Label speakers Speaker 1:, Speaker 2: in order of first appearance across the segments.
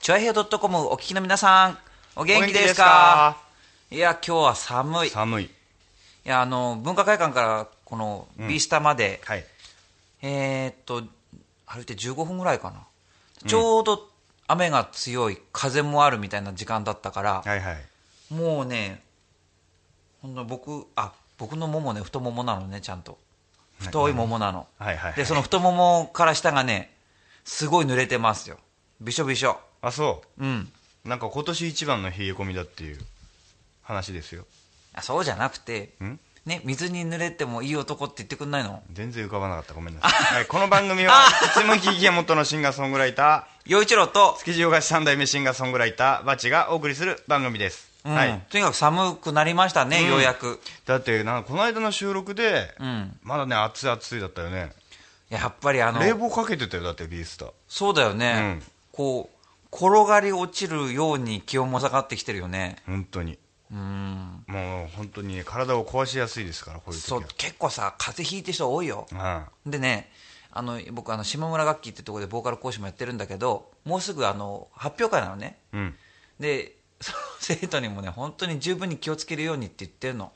Speaker 1: ちょいへよ .com お聞きの皆さん、お元気ですかいや、今日は寒い。い
Speaker 2: 寒い、
Speaker 1: や、あの、文化会館から、この、
Speaker 2: ん
Speaker 1: ビースタまで、
Speaker 2: はい、
Speaker 1: えーっと、歩いて15分ぐらいかな。ちょうど雨が強い、風もあるみたいな時間だったから、
Speaker 2: はいはい
Speaker 1: もうね、ほんの僕、あ、僕のももね、太ももなのね、ちゃんと。太いももなの。
Speaker 2: はいはい
Speaker 1: で、その太ももから下がね、すごい濡れてますよ。びしょびしょ。
Speaker 2: あそ
Speaker 1: うん。
Speaker 2: うなんか今年一番の冷え込みだっていう話ですよ
Speaker 1: あそうじゃなくて
Speaker 2: ん、
Speaker 1: ね、水に濡れてもいい男って言ってくんないの
Speaker 2: 全然浮かばなかったごめんなさい、はい、この番組はいつも聞き元のシンガーソングライタ
Speaker 1: 陽一郎と
Speaker 2: ー、築地大橋三代目シンガーソングライターバチがお送りする番組です、
Speaker 1: うん
Speaker 2: はい
Speaker 1: とにかく寒くなりましたね、
Speaker 2: ん
Speaker 1: ようやく。
Speaker 2: だってなんかこの間の収録で、
Speaker 1: うん
Speaker 2: まだね熱々だったよね
Speaker 1: いややっぱりあの、
Speaker 2: 冷房かけてたよだってビースター
Speaker 1: そうだよね、
Speaker 2: うん
Speaker 1: こう、転がり落ちるように気温も下がってきてるよね。
Speaker 2: 本当に
Speaker 1: うん。
Speaker 2: もう本当にね体を壊しやすいですからこういう時
Speaker 1: そ
Speaker 2: は
Speaker 1: う、結構さ、風邪ひいてる人多いよ。
Speaker 2: あ
Speaker 1: でね、あの僕あの、島村楽器ってところでボーカル講師もやってるんだけど、もうすぐあの発表会なのね、
Speaker 2: あうん
Speaker 1: で、その生徒にもね、本当に十分に気をつけるようにって言ってるの、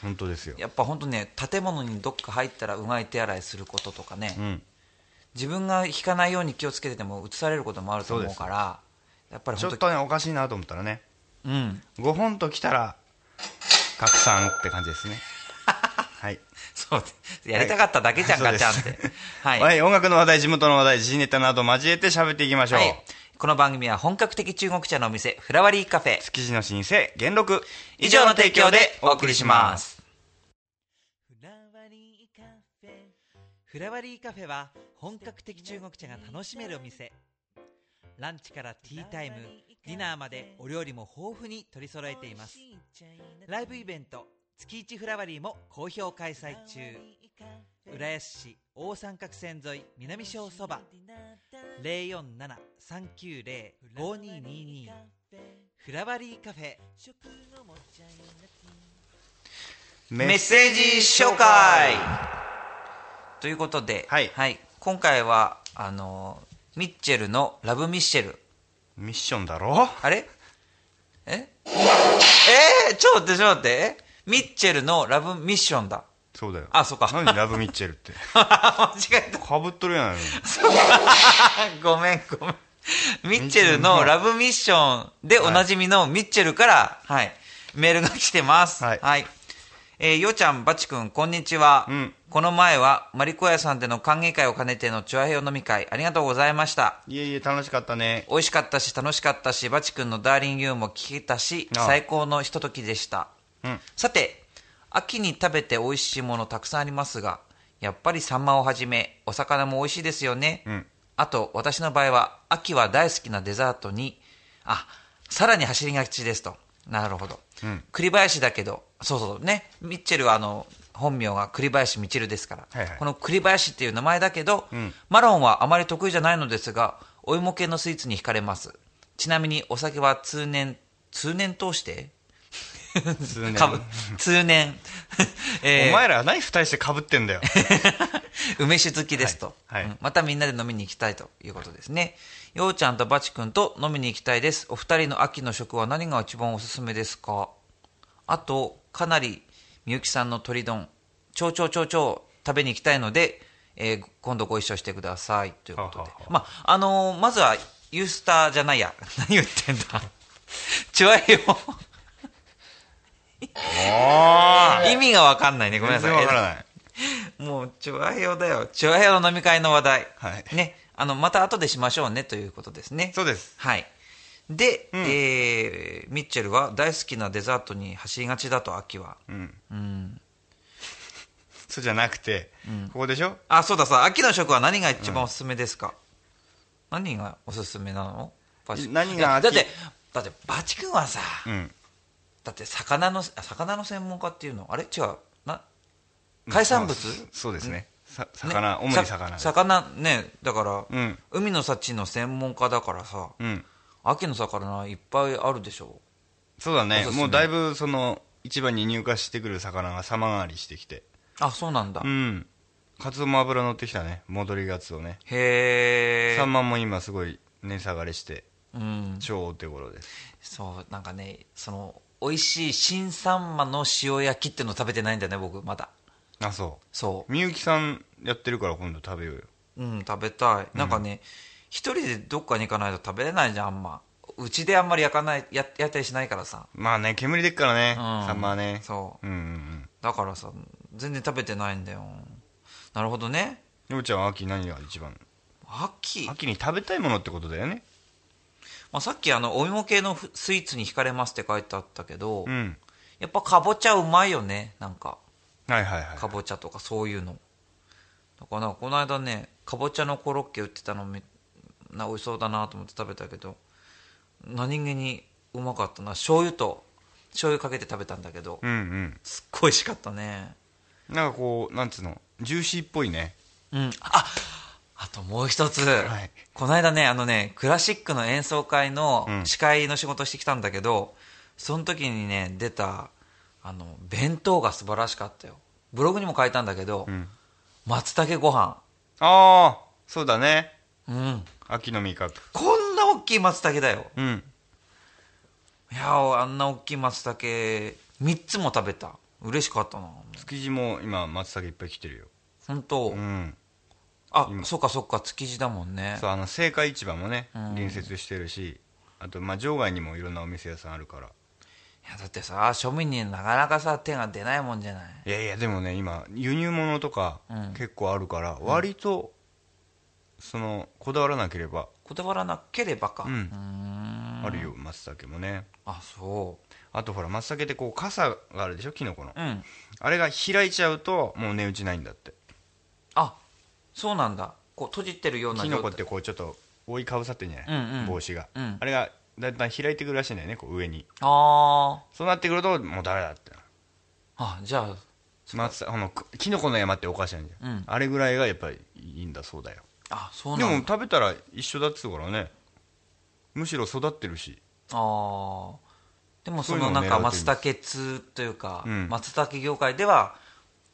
Speaker 2: 本当ですよ
Speaker 1: やっぱ本当ね、建物にどっか入ったらうがい手洗いすることとかね、
Speaker 2: うん
Speaker 1: 自分が弾かないように気をつけてても、移されることもあると
Speaker 2: そう
Speaker 1: 思う
Speaker 2: です
Speaker 1: から、やっぱり
Speaker 2: ちょ
Speaker 1: 本
Speaker 2: っ
Speaker 1: 当
Speaker 2: とねおかしいなと思ったらね
Speaker 1: に、 うん、
Speaker 2: 5本ときたら拡散って感 じですねはい
Speaker 1: そうでやりたかっただけじゃん、
Speaker 2: はい
Speaker 1: ガチャンっ
Speaker 2: そう
Speaker 1: て
Speaker 2: です。
Speaker 1: はい
Speaker 2: はい、音楽の話題地元の話題時事ネタなど交えて喋っていきましょう、
Speaker 1: はいこの番組は本格的中国茶のお店、フラワリーカフェ。
Speaker 2: 築地の新生元禄
Speaker 1: 以上の提供でお送りします。フラワリーカフェ。フラワリーカフェは本格的中国茶が楽しめるお店。ランチからティータイム、ディナーまでお料理も豊富に取り揃えています。ライブイベント、月一フラワリーも好評開催中。浦安市大三角線沿い南小そば047-390-5222フラワリーカフェ
Speaker 2: メ
Speaker 1: メッセージ紹介ということで、
Speaker 2: はい
Speaker 1: 今回はあのミッチェルの「ラブミッシェル
Speaker 2: ミッションだろ」
Speaker 1: あれええー、ちょっと待ってちょっと待ってえミッチェルの「ラブミッションだ
Speaker 2: そうだよ
Speaker 1: あそっか
Speaker 2: 何ラブミッチェルって」
Speaker 1: 間違えた
Speaker 2: かぶっとるやないの
Speaker 1: ごめんごめんミッチェルの「ラブミッション」でおなじみのミッチェルから、はい、メールが来てます
Speaker 2: はい
Speaker 1: えーようちゃんばちくんこんにちは、
Speaker 2: うん
Speaker 1: この前はマリコ屋さんでの歓迎会を兼ねてのチュアヘヨ飲み会ありがとうございました
Speaker 2: いえいえ楽しかったね
Speaker 1: 美味しかったし楽しかったしバチ君の「ダーリンユー」も聞けたし
Speaker 2: ああ
Speaker 1: 最高のひとときでした
Speaker 2: うん
Speaker 1: さて秋に食べて美味しいものたくさんありますがやっぱりサンマをはじめお魚も美味しいですよね、
Speaker 2: うん
Speaker 1: あと私の場合は秋は大好きなデザートにあさらに走りがちですとなるほど、
Speaker 2: うん
Speaker 1: 栗林だけどそうそうねミッチェルはあの本名が栗林みちるですから、
Speaker 2: はいはい
Speaker 1: この栗林っていう名前だけど、
Speaker 2: うん
Speaker 1: マロンはあまり得意じゃないのですがお芋系のスイーツに惹かれますちなみにお酒は通年通年通して
Speaker 2: 通年
Speaker 1: かぶ通年、えー
Speaker 2: お前らは何二人してかぶってんだよ
Speaker 1: 梅酒好きですと、
Speaker 2: はいはい
Speaker 1: うんまたみんなで飲みに行きたいということですねようちゃんとばちくんと飲みに行きたいですお二人の秋の食は何が一番おすすめですかあとかなりみゆきさんの鶏丼ちょうちょうちょうちょう食べに行きたいので、えー今度ご一緒してくださいということで
Speaker 2: ははは
Speaker 1: まああのーまずはユースターじゃないや 何言ってんだちょいよ
Speaker 2: お
Speaker 1: 意味が分かん ないねごめん
Speaker 2: 全
Speaker 1: なさい
Speaker 2: 然わからない
Speaker 1: もう、チョアヘヨだよ。チョアヘヨの飲み会の話題。
Speaker 2: はい
Speaker 1: ね。あの、また後でしましょうね、ということですね。
Speaker 2: そうです
Speaker 1: はい。で、
Speaker 2: うん
Speaker 1: えーミッチェルは大好きなデザートに走りがちだと、秋は。
Speaker 2: うん
Speaker 1: うん。
Speaker 2: そうじゃなくて、ここでしょ
Speaker 1: あ、そうださ、秋の食は何が一番おすすめですか、何がおすすめなのバチ君
Speaker 2: 何が秋
Speaker 1: だって、だって、バチ君はさ、
Speaker 2: うん
Speaker 1: だって、魚の、あ魚の専門家っていうのあれ違う。な、海産物
Speaker 2: まあそうですねさ
Speaker 1: ね
Speaker 2: 魚、主に
Speaker 1: さ
Speaker 2: 魚です
Speaker 1: 魚ねだから、
Speaker 2: うん
Speaker 1: 海の幸の専門家だからさ、
Speaker 2: うん
Speaker 1: 秋の魚いっぱいあるでしょ
Speaker 2: そうだ
Speaker 1: お
Speaker 2: ね
Speaker 1: すすめ
Speaker 2: もうだいぶその市場に入荷してくる魚が様変わりしてきて
Speaker 1: あそうなんだ、
Speaker 2: う
Speaker 1: へ
Speaker 2: んカツオも脂乗ってきたね戻りガツオね
Speaker 1: え
Speaker 2: サンマも今すごい値下がりして
Speaker 1: うん、
Speaker 2: 超お手頃です。
Speaker 1: そうなんかねその美味しい新サンマの塩焼きっての食べてないんだよね僕まだ
Speaker 2: あ、そ。
Speaker 1: そう
Speaker 2: みゆきさんやってるから今度食べようよ。
Speaker 1: ううん食べたいなんかね、一人でどっかに行かないと食べれないじゃんあんまうちであんまり焼かないややったりしないからさ
Speaker 2: まあね、煙でっからね、
Speaker 1: うん
Speaker 2: サンマはね。
Speaker 1: そう
Speaker 2: うんうんうん。
Speaker 1: だからさ全然食べてないんだよなるほどね
Speaker 2: りょうちゃんは秋何が一番
Speaker 1: 秋、ま
Speaker 2: 秋に食べたいものってことだよね。
Speaker 1: あ、さっきあのお芋系のふスイーツに惹かれますって書いてあったけど、
Speaker 2: うん。
Speaker 1: やっぱかぼちゃうまいよねなんか
Speaker 2: はいはいはい。
Speaker 1: かぼちゃとかそういうのだからなんかこの間ねかぼちゃのコロッケ売ってたのめな美味しそうだなと思って食べたけど何気にうまかったな醤油と醤油かけて食べたんだけど
Speaker 2: うん
Speaker 1: すっごい美味しかったね
Speaker 2: うん。なんかこう、なんつうの、ジューシーっぽいね。
Speaker 1: うんああともう一つ、
Speaker 2: はい
Speaker 1: この間ねあのねクラシックの演奏会の
Speaker 2: うん
Speaker 1: 司会の仕事してきたんだけど、その時にね出たあの弁当が素晴らしかったよブログにも書いたんだけど、
Speaker 2: うん。
Speaker 1: 松茸ご飯
Speaker 2: ああ、そうだね。
Speaker 1: うん
Speaker 2: 秋の味覚。
Speaker 1: こんな大きい松茸だよ
Speaker 2: うん。
Speaker 1: いやーあんな大きい松茸3つも食べた嬉しかったな
Speaker 2: 築地も今、松茸いっぱい来てるよ。
Speaker 1: 本当、
Speaker 2: うん。
Speaker 1: あ
Speaker 2: 今
Speaker 1: そっかそっか築地だもんね
Speaker 2: そう、あの、青果市場もね
Speaker 1: うん、
Speaker 2: 隣接してるし、あと、まあ、場外にもいろんなお店屋さんあるから。
Speaker 1: いやだってさ庶民になかなかさ手が出ないもんじゃない
Speaker 2: いやいや、でもね、今、輸入物とか
Speaker 1: うん
Speaker 2: 結構あるから、割と、その、こだわらなければ、
Speaker 1: こだわらなければか
Speaker 2: うん
Speaker 1: ーん
Speaker 2: あるよ、松茸もね。
Speaker 1: あそ
Speaker 2: あとほら、松茸ってこう、傘があるでしょ、キノコの。
Speaker 1: ううん
Speaker 2: あれが開いちゃうと、もう値打ちないんだって。
Speaker 1: あそうなんだこう閉じてるような
Speaker 2: キ
Speaker 1: 状態
Speaker 2: ノコってこうちょっと覆いかぶさってんじゃない、
Speaker 1: うんうん
Speaker 2: 帽子が、
Speaker 1: うん
Speaker 2: あれがだんだん開いてくるらしいんだよねこう上に
Speaker 1: あー
Speaker 2: そうなってくるともうダメだって
Speaker 1: あじゃあ
Speaker 2: 松あのくキノコの山っておかしいんじゃん、
Speaker 1: うん
Speaker 2: あれぐらいがやっぱりいいんだそうだよ
Speaker 1: あそう
Speaker 2: で
Speaker 1: な
Speaker 2: も
Speaker 1: んだ
Speaker 2: 食べたら一緒だっつうからねむしろ育ってるし
Speaker 1: ああでもそ
Speaker 2: そう
Speaker 1: の
Speaker 2: いう
Speaker 1: な
Speaker 2: のを
Speaker 1: ん
Speaker 2: 狙う
Speaker 1: か
Speaker 2: といいんで
Speaker 1: 松
Speaker 2: す
Speaker 1: 茸通というか
Speaker 2: うん
Speaker 1: 松茸業界では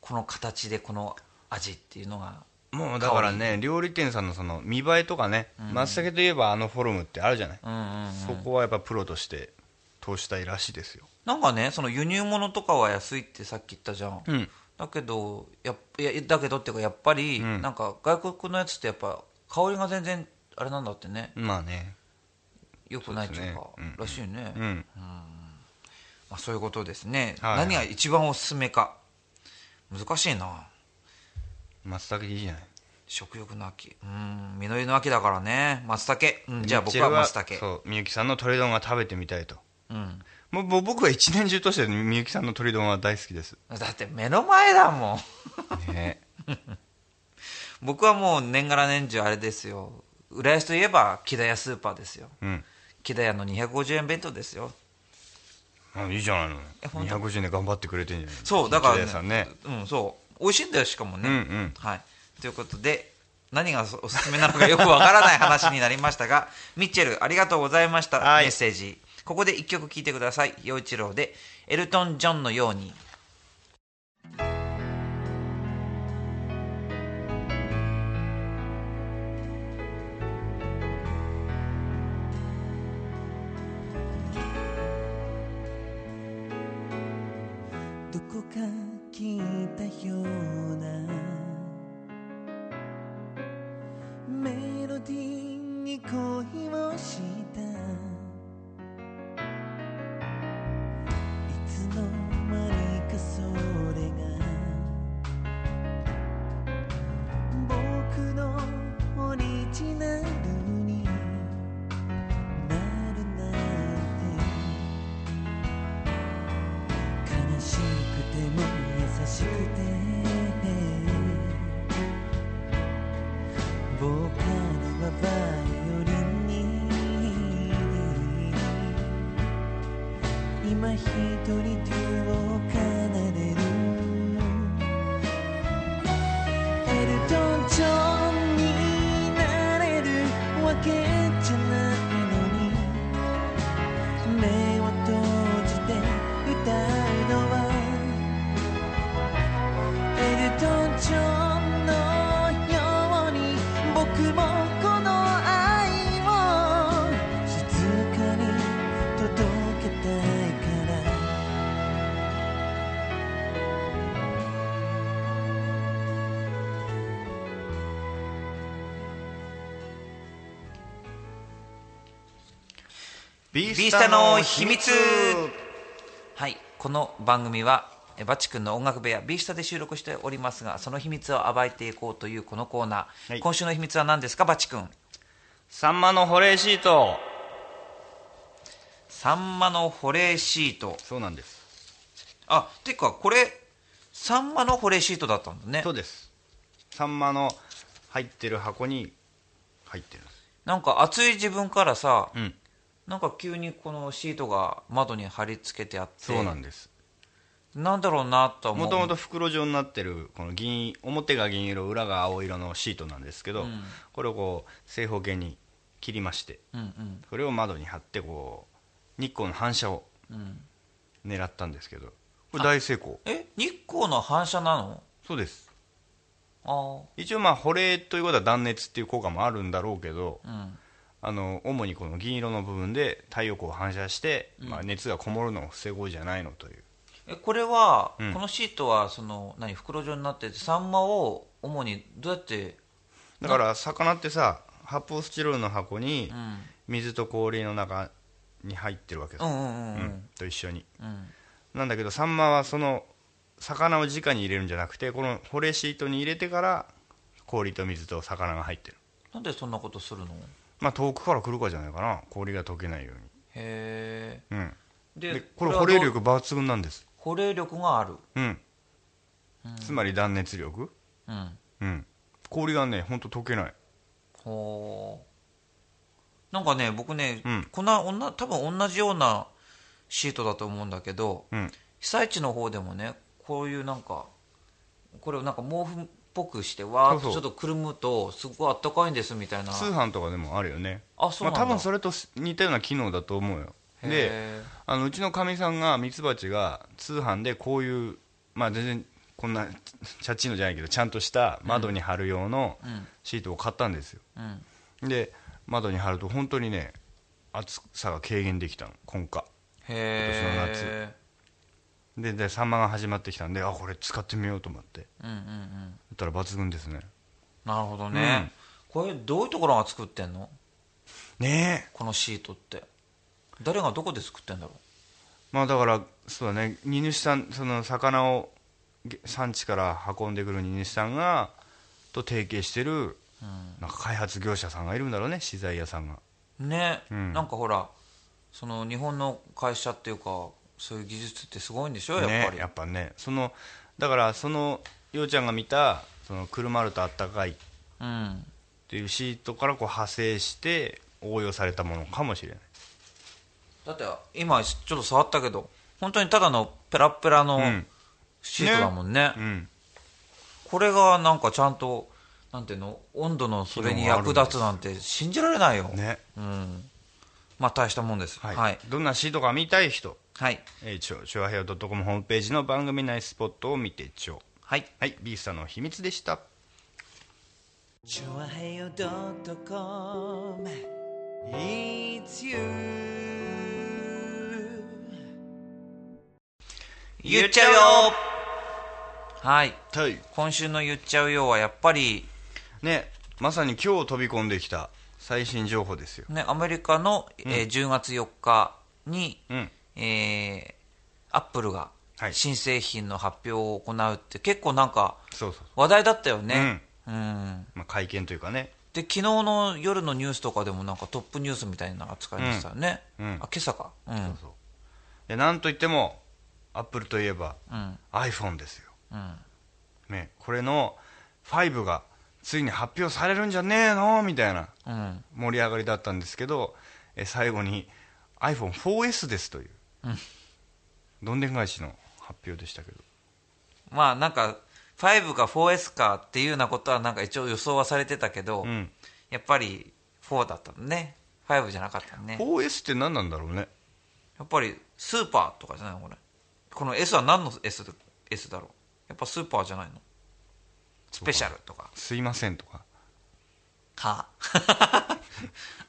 Speaker 1: この形でこの味っていうのが
Speaker 2: もうだからね料理店さんのその見栄えとかね、松茸といえばあのフォルムってあるじゃない、
Speaker 1: うんうんうん
Speaker 2: そこはやっぱプロとして通したいらしいですよ
Speaker 1: なんかねその輸入物とかは安いってさっき言ったじゃん、
Speaker 2: うん
Speaker 1: だけどやっいやだけどっていうかやっぱり
Speaker 2: うん
Speaker 1: なんか外国のやつってやっぱ香りが全然あれなんだってね
Speaker 2: まあね
Speaker 1: よくないっていうか
Speaker 2: そうですねうん
Speaker 1: らしいね、
Speaker 2: うん
Speaker 1: まあ、そういうことですね、
Speaker 2: はいはい
Speaker 1: 何が一番おすすめか難しいな
Speaker 2: 松茸いいじゃない
Speaker 1: 食欲の秋うん実りの秋だからね松茸、うん、じゃあ僕は
Speaker 2: ミッ
Speaker 1: 松
Speaker 2: チェル
Speaker 1: 茸
Speaker 2: そうみゆきさんの鶏丼が食べてみたいと
Speaker 1: うん、
Speaker 2: もうぼ僕は一年中としてみゆきさんの鶏丼は大好きです、
Speaker 1: だって目の前だもん
Speaker 2: ね、
Speaker 1: 僕はもう年がら年中あれですよ浦安といえば木田屋スーパーですよ
Speaker 2: うん
Speaker 1: 木田屋の250円弁当ですよ
Speaker 2: あいいじゃないの
Speaker 1: えほんと
Speaker 2: 250円で頑張ってくれてんじゃない
Speaker 1: そうだから
Speaker 2: 吉田屋さんね
Speaker 1: うん、そう美味しいんだよしかもね、
Speaker 2: うんうん
Speaker 1: はい、ということで何がおすすめなのかよくわからない話になりましたが ミッチェルありがとうございました、
Speaker 2: はい
Speaker 1: メッセージここで一曲聴いてください陽一郎で「エルトン・ジョンのように」
Speaker 3: どこか聞いたようなメロディーに恋をしたいつの間にかそれが僕のオリジナルになるなんて悲しくても優しくてボーカルはバイオリンに今一人手を奏でるエルトン・ジョンになれるわけじゃないのに目を閉じて歌うのはエルトン・ジョンのように僕もこの愛を包
Speaker 2: ビ
Speaker 1: ビースタの秘密はいこの番組はえバチ君の音楽部屋ビースタで収録しておりますがその秘密を暴いていこうというこのコーナー、
Speaker 2: はい
Speaker 1: 今週の秘密は何ですかバチ君
Speaker 2: サンマの保冷シート
Speaker 1: サンマの保冷シート
Speaker 2: そうなんです
Speaker 1: あていうかこれサンマの保冷シートだったんだね
Speaker 2: そうですサンマの入ってる箱に入ってるんです
Speaker 1: なんか暑い自分からさ、
Speaker 2: うん
Speaker 1: なんか急にこのシートが窓に貼り付けてあって
Speaker 2: そうなんです
Speaker 1: なんだろうなとは思う
Speaker 2: もともと袋状になってるこの銀表が銀色裏が青色のシートなんですけど、
Speaker 1: うん
Speaker 2: これをこう正方形に切りまして
Speaker 1: うん
Speaker 2: それを窓に貼ってこう日光の反射を
Speaker 1: うんうん
Speaker 2: 狙ったんですけどこれ大成功
Speaker 1: え日光の反射なの
Speaker 2: そうです
Speaker 1: あ
Speaker 2: 一応まあ保冷ということは断熱っていう効果もあるんだろうけど
Speaker 1: あうん
Speaker 2: あの主にこの銀色の部分で太陽光を反射して、まあ、熱がこもるのを防ごうじゃないのという
Speaker 1: えこれは、
Speaker 2: うん
Speaker 1: このシートはその何袋状になっててサンマを主にどうやって
Speaker 2: だから魚ってさ発泡スチロールの箱に
Speaker 1: うん
Speaker 2: 水と氷の中に入ってるわけ
Speaker 1: う
Speaker 2: です、
Speaker 1: んうんうんう
Speaker 2: うんんと一緒に
Speaker 1: うん
Speaker 2: なんだけどサンマはその魚を直に入れるんじゃなくてこの保冷シートに入れてから氷と水と魚が入ってる
Speaker 1: なんでそんなことするの
Speaker 2: まあ遠くから来るかじゃないかな氷が溶けないよ
Speaker 1: へ
Speaker 2: うにうん
Speaker 1: え
Speaker 2: でこれ保冷
Speaker 1: はどう
Speaker 2: 力抜群なんです
Speaker 1: 保冷力がある
Speaker 2: うんつまり断熱力
Speaker 1: うん
Speaker 2: うん氷がねほんと溶けない
Speaker 1: ほうなんかね僕ね、
Speaker 2: うん
Speaker 1: こんな女多分同じようなシートだと思うんだけど
Speaker 2: うん
Speaker 1: 被災地の方でもねこういうなんかこれをなんか毛布っぽくしてわーっと
Speaker 2: そ
Speaker 1: ちょ
Speaker 2: うそ
Speaker 1: っ
Speaker 2: う
Speaker 1: とくるむとすごいあったかいんですみたいな
Speaker 2: 通販とかでもあるよね
Speaker 1: あそう
Speaker 2: まあ
Speaker 1: なんだ、
Speaker 2: 多分それと似たような機能だと思うよで
Speaker 1: へ
Speaker 2: あのうちのかみさんがミツバチが通販でこういうまあ全然こんなチャッチーノじゃないけどちゃんとした窓に貼る用の
Speaker 1: ー
Speaker 2: シートを買ったんですよ
Speaker 1: うんうん
Speaker 2: で窓に貼ると本当にね暑さが軽減できたの今夏
Speaker 1: へ
Speaker 2: 今年の
Speaker 1: え
Speaker 2: ででサンマが始まってきたんであこれ使ってみようと思って
Speaker 1: うんうんうん
Speaker 2: だったら抜群ですね
Speaker 1: なるほどね、これどういうところが作ってんの
Speaker 2: ねえ
Speaker 1: このシートって誰がどこで作ってんだろ
Speaker 2: まあだからそうだね荷主さんその魚をげ産地から運んでくる荷主さんがと提携してる
Speaker 1: う、うん
Speaker 2: なんか開発業者さんがいるんだろうね資材屋さんが
Speaker 1: ね、
Speaker 2: うん
Speaker 1: なんかほらその日本の会社っていうかそういう技術ってすごいんでしょやっぱり、
Speaker 2: ねやっぱねそのだからそのようちゃんが見たそのくるまるとあったかいっ
Speaker 1: うん
Speaker 2: ていうシートからこう派生して応用されたものかもしれない
Speaker 1: だって今ちょっと触ったけど本当にただのペラッペラの
Speaker 2: うん
Speaker 1: シートだもんね
Speaker 2: うん
Speaker 1: これがなんかちゃんとなんていうの温度のそれに役立つなんて信じられないよ、
Speaker 2: ね
Speaker 1: うんまあ大したもんです
Speaker 2: はい、
Speaker 1: はい、
Speaker 2: どんなシートか見たい人
Speaker 1: はい
Speaker 2: えーちょ、ちょわへよ .com ホームページの番組内スポットを見てちょう。
Speaker 1: はい
Speaker 2: はい、ビースタの秘密でした。
Speaker 4: チョアヘヨドットコム It's you
Speaker 1: 言っちゃうよはい
Speaker 2: はい。
Speaker 1: 今週の言っちゃうよはやっぱり
Speaker 2: ね、まさに今日飛び込んできた最新情報ですよ。
Speaker 1: ね、アメリカの、えー10月4日に、
Speaker 2: うん。
Speaker 1: えアップルが
Speaker 2: はい
Speaker 1: 新製品の発表を行うって結構なんか
Speaker 2: そうそう。
Speaker 1: 話題だったよね、うん
Speaker 2: まあ、会見というかね。
Speaker 1: で昨日の夜のニュースとかでもなんかトップニュースみたいな扱いでしたよね、
Speaker 2: うんうん
Speaker 1: あ今朝か、うん
Speaker 2: そうそう。で、なんといっても、アップルといえば、
Speaker 1: うん
Speaker 2: iPhone ですよ。
Speaker 1: うん
Speaker 2: ね、これの5がついに発表されるんじゃねえのみたいな
Speaker 1: うん
Speaker 2: 盛り上がりだったんですけど、え最後に iPhone4S ですという、どんでん返しの発表でしたけど。
Speaker 1: まあなんか5か 4S かっていうようなことはなんか一応予想はされてたけど、
Speaker 2: うん、
Speaker 1: やっぱり4だったのね5じゃなかったのね
Speaker 2: 4S って何なんだろうね
Speaker 1: やっぱりスーパーとかじゃないのこれこの S は何の S, で S だろうやっぱスーパーじゃないのスペシャルとか
Speaker 2: すいませんとか
Speaker 1: は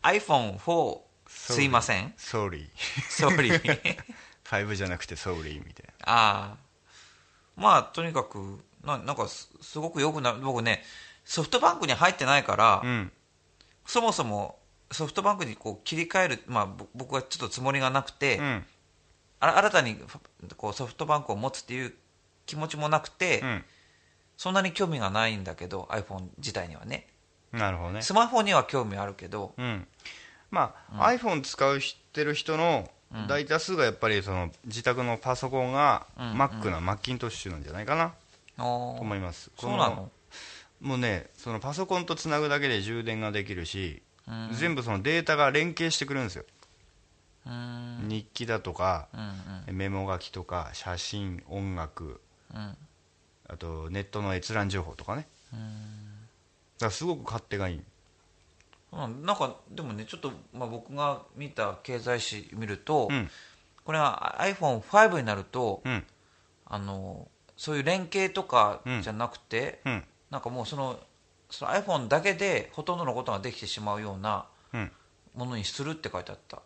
Speaker 1: iPhone4 すいません
Speaker 2: Sorry
Speaker 1: 総理
Speaker 2: 5じゃなくて Sorry みたい
Speaker 1: ああまあとにかくななんかすすごくよくな僕ねソフトバンクに入ってないから、
Speaker 2: なうん
Speaker 1: そもそもソフトバンクにこう切り替える、まあ、ぼ僕はちょっとつもりがなくて、
Speaker 2: うん
Speaker 1: あ新たにファこうソフトバンクを持つっていう気持ちもなくて、そんなに興味がないんだけど iPhone 自体にはね
Speaker 2: うんなるほどね
Speaker 1: スマホには興味あるけど、
Speaker 2: うんまあ iPhone 使う知ってる人の大多数がやっぱりその自宅のパソコンが
Speaker 1: うん
Speaker 2: Mac なマッキントッシュなんじゃないかな
Speaker 1: あー
Speaker 2: と思います
Speaker 1: そうなの
Speaker 2: もうねそのパソコンとつなぐだけで充電ができるし
Speaker 1: うん
Speaker 2: 全部そのデータが連携してくれるんですよ
Speaker 1: うーん
Speaker 2: 日記だとか
Speaker 1: うん
Speaker 2: メモ書きとか写真音楽
Speaker 1: うんうん
Speaker 2: あとネットの閲覧情報とかねだからすごく勝手がいい
Speaker 1: うんなんかでもねちょっと、まあ、僕が見た経済誌見ると、
Speaker 2: うん
Speaker 1: これは iPhone5 になると、
Speaker 2: うん
Speaker 1: あのそういう連携とかじゃなくて、
Speaker 2: うん
Speaker 1: なんかもうそのその iPhone だけでほとんどのことができてしまうような
Speaker 2: うん
Speaker 1: ものにするって書いてあった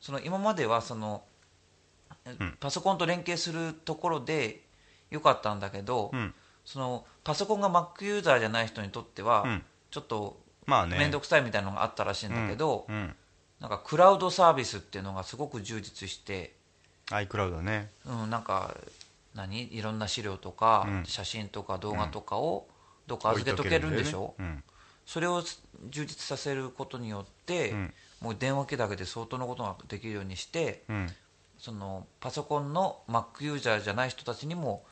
Speaker 1: その今まではその、
Speaker 2: ん
Speaker 1: パソコンと連携するところでよかったんだけど、
Speaker 2: うん
Speaker 1: そのパソコンが Mac ユーザーじゃない人にとっては、
Speaker 2: うん
Speaker 1: ちょっと
Speaker 2: まあね
Speaker 1: 面倒くさいみたいなのがあったらしいんだけど、
Speaker 2: うん
Speaker 1: なんかクラウドサービスっていうのがすごく充実して、
Speaker 2: iCloud ね
Speaker 1: うん、なんか何いろんな資料とか、
Speaker 2: うん
Speaker 1: 写真とか動画とかをどっか預けとけるんでしょ、
Speaker 2: 置いとけるんだよね
Speaker 1: それを充実させることによって、
Speaker 2: うん
Speaker 1: もう電話機だけで相当のことができるようにして
Speaker 2: うんうん
Speaker 1: そのパソコンの Mac ユーザーじゃない人たちにも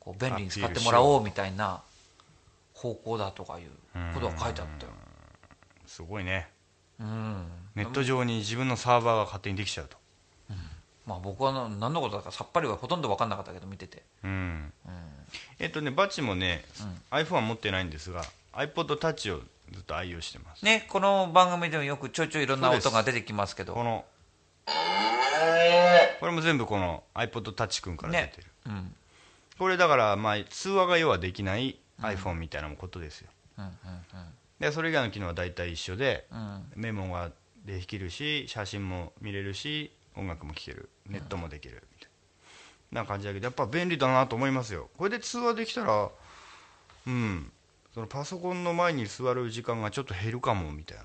Speaker 1: こう便利に使ってもらおうみたいな方向だとかいうことが書いてあったよ。
Speaker 2: すごいね
Speaker 1: うん
Speaker 2: ネット上に自分のサーバーが勝手にできちゃうと
Speaker 1: まあ、僕はな何のことだかさっぱりはほとんど分かんなかったけど見てて、
Speaker 2: うん
Speaker 1: うん、
Speaker 2: えっとねバチもね、iPhone は持ってないんですが iPodTouch をずっと愛用してます
Speaker 1: ねこの番組でもよくちょいちょいいろんな
Speaker 2: そうです
Speaker 1: 音が出てきますけど
Speaker 2: このこれも全部この iPodTouch 君から出
Speaker 1: ね
Speaker 2: てる、
Speaker 1: うん
Speaker 2: これだからまあ通話が要はできない iPhone みたいなことですよ、
Speaker 1: うん
Speaker 2: でそれ以外の機能は大体一緒で、
Speaker 1: うんうん
Speaker 2: メモができるし写真も見れるし音楽も聴けるネットもできるみたいな,、感じだけどやっぱ便利だなと思いますよこれで通話できたらうんそのパソコンの前に座る時間がちょっと減るかもみたいな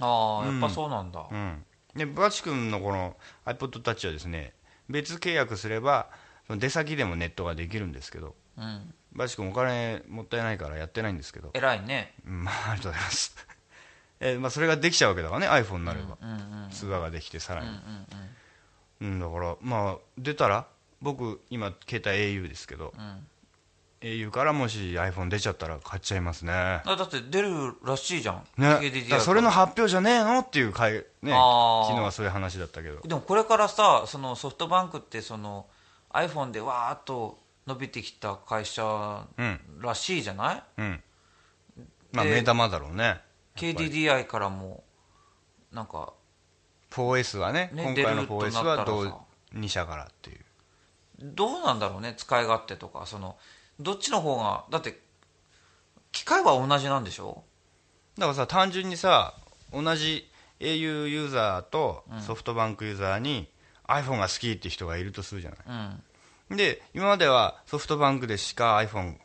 Speaker 1: ああやっぱそうなんだ、
Speaker 2: うんでバチ君のこの iPodTouch はですね別契約すればその出先でもネットができるんですけど
Speaker 1: うん、
Speaker 2: バチ君お金もったいないからやってないんですけど
Speaker 1: 偉いね
Speaker 2: うんまあありがとうございますえまあ、それができちゃうわけだからね iPhone になれば、
Speaker 1: うんうん
Speaker 2: 通話ができてさらに、
Speaker 1: うんうん
Speaker 2: うん、だからまあ出たら僕今携帯 au ですけど、
Speaker 1: ん
Speaker 2: au からもし iPhone 出ちゃったら買っちゃいますね
Speaker 1: あだって出るらしいじゃん、
Speaker 2: ね
Speaker 1: KDDI
Speaker 2: だからそれの発表じゃねえのっていう回ね昨日
Speaker 1: あー
Speaker 2: はそういう話だったけど
Speaker 1: でもこれからさそのソフトバンクってその iPhone でわーっと伸びてきた会社
Speaker 2: うん
Speaker 1: らしいじゃない、
Speaker 2: うんまあ
Speaker 1: で
Speaker 2: 目玉だろうね
Speaker 1: KDDI からもなんか
Speaker 2: 4S はね
Speaker 1: ね
Speaker 2: 今回
Speaker 1: 出
Speaker 2: の
Speaker 1: ると
Speaker 2: 4S
Speaker 1: なった
Speaker 2: は
Speaker 1: らさ
Speaker 2: どう2社からっていう
Speaker 1: どうなんだろうね使い勝手とかそのどっちの方がだって機械は同じなんでしょ
Speaker 2: だからさ単純にさ同じ au ユーザーとソフトバンクユーザーに iPhone が好きって人がいるとするじゃない
Speaker 1: うん
Speaker 2: で今まではソフトバンクでしか iPhone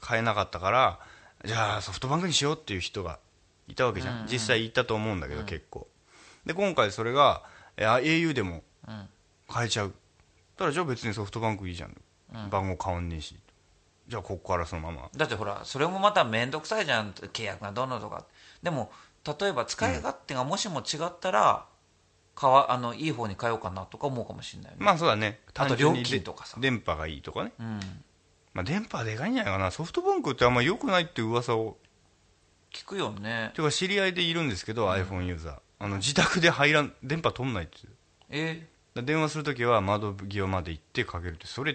Speaker 2: 買えなかったからじゃあソフトバンクにしようっていう人がいたわけじゃん、実際いたと思うんだけど、結構で今回それがえー au でも
Speaker 1: うん
Speaker 2: 買えちゃうただじゃあ別にソフトバンクいいじゃん、番号変わんねえしじゃあここからそのまま
Speaker 1: だってほらそれもまた面倒くさいじゃん契約がどうのとかでも例えば使い勝手がもしも違ったら、かわあのいい方に変えようかなとか思うかもしれないよね、
Speaker 2: まあそうだね
Speaker 1: あと
Speaker 2: 単純に
Speaker 1: 料金とかさ
Speaker 2: で電波がいいとかね、
Speaker 1: うん、
Speaker 2: まあ、電波はでかいんじゃないかなソフトバンクってあんま良くないって噂を
Speaker 1: 聞くよね
Speaker 2: ていうか知り合いでいるんですけど、iPhone ユーザーあの自宅で入らん電波取んないって
Speaker 1: え
Speaker 2: だから電話するときは窓際まで行ってかけるってそれ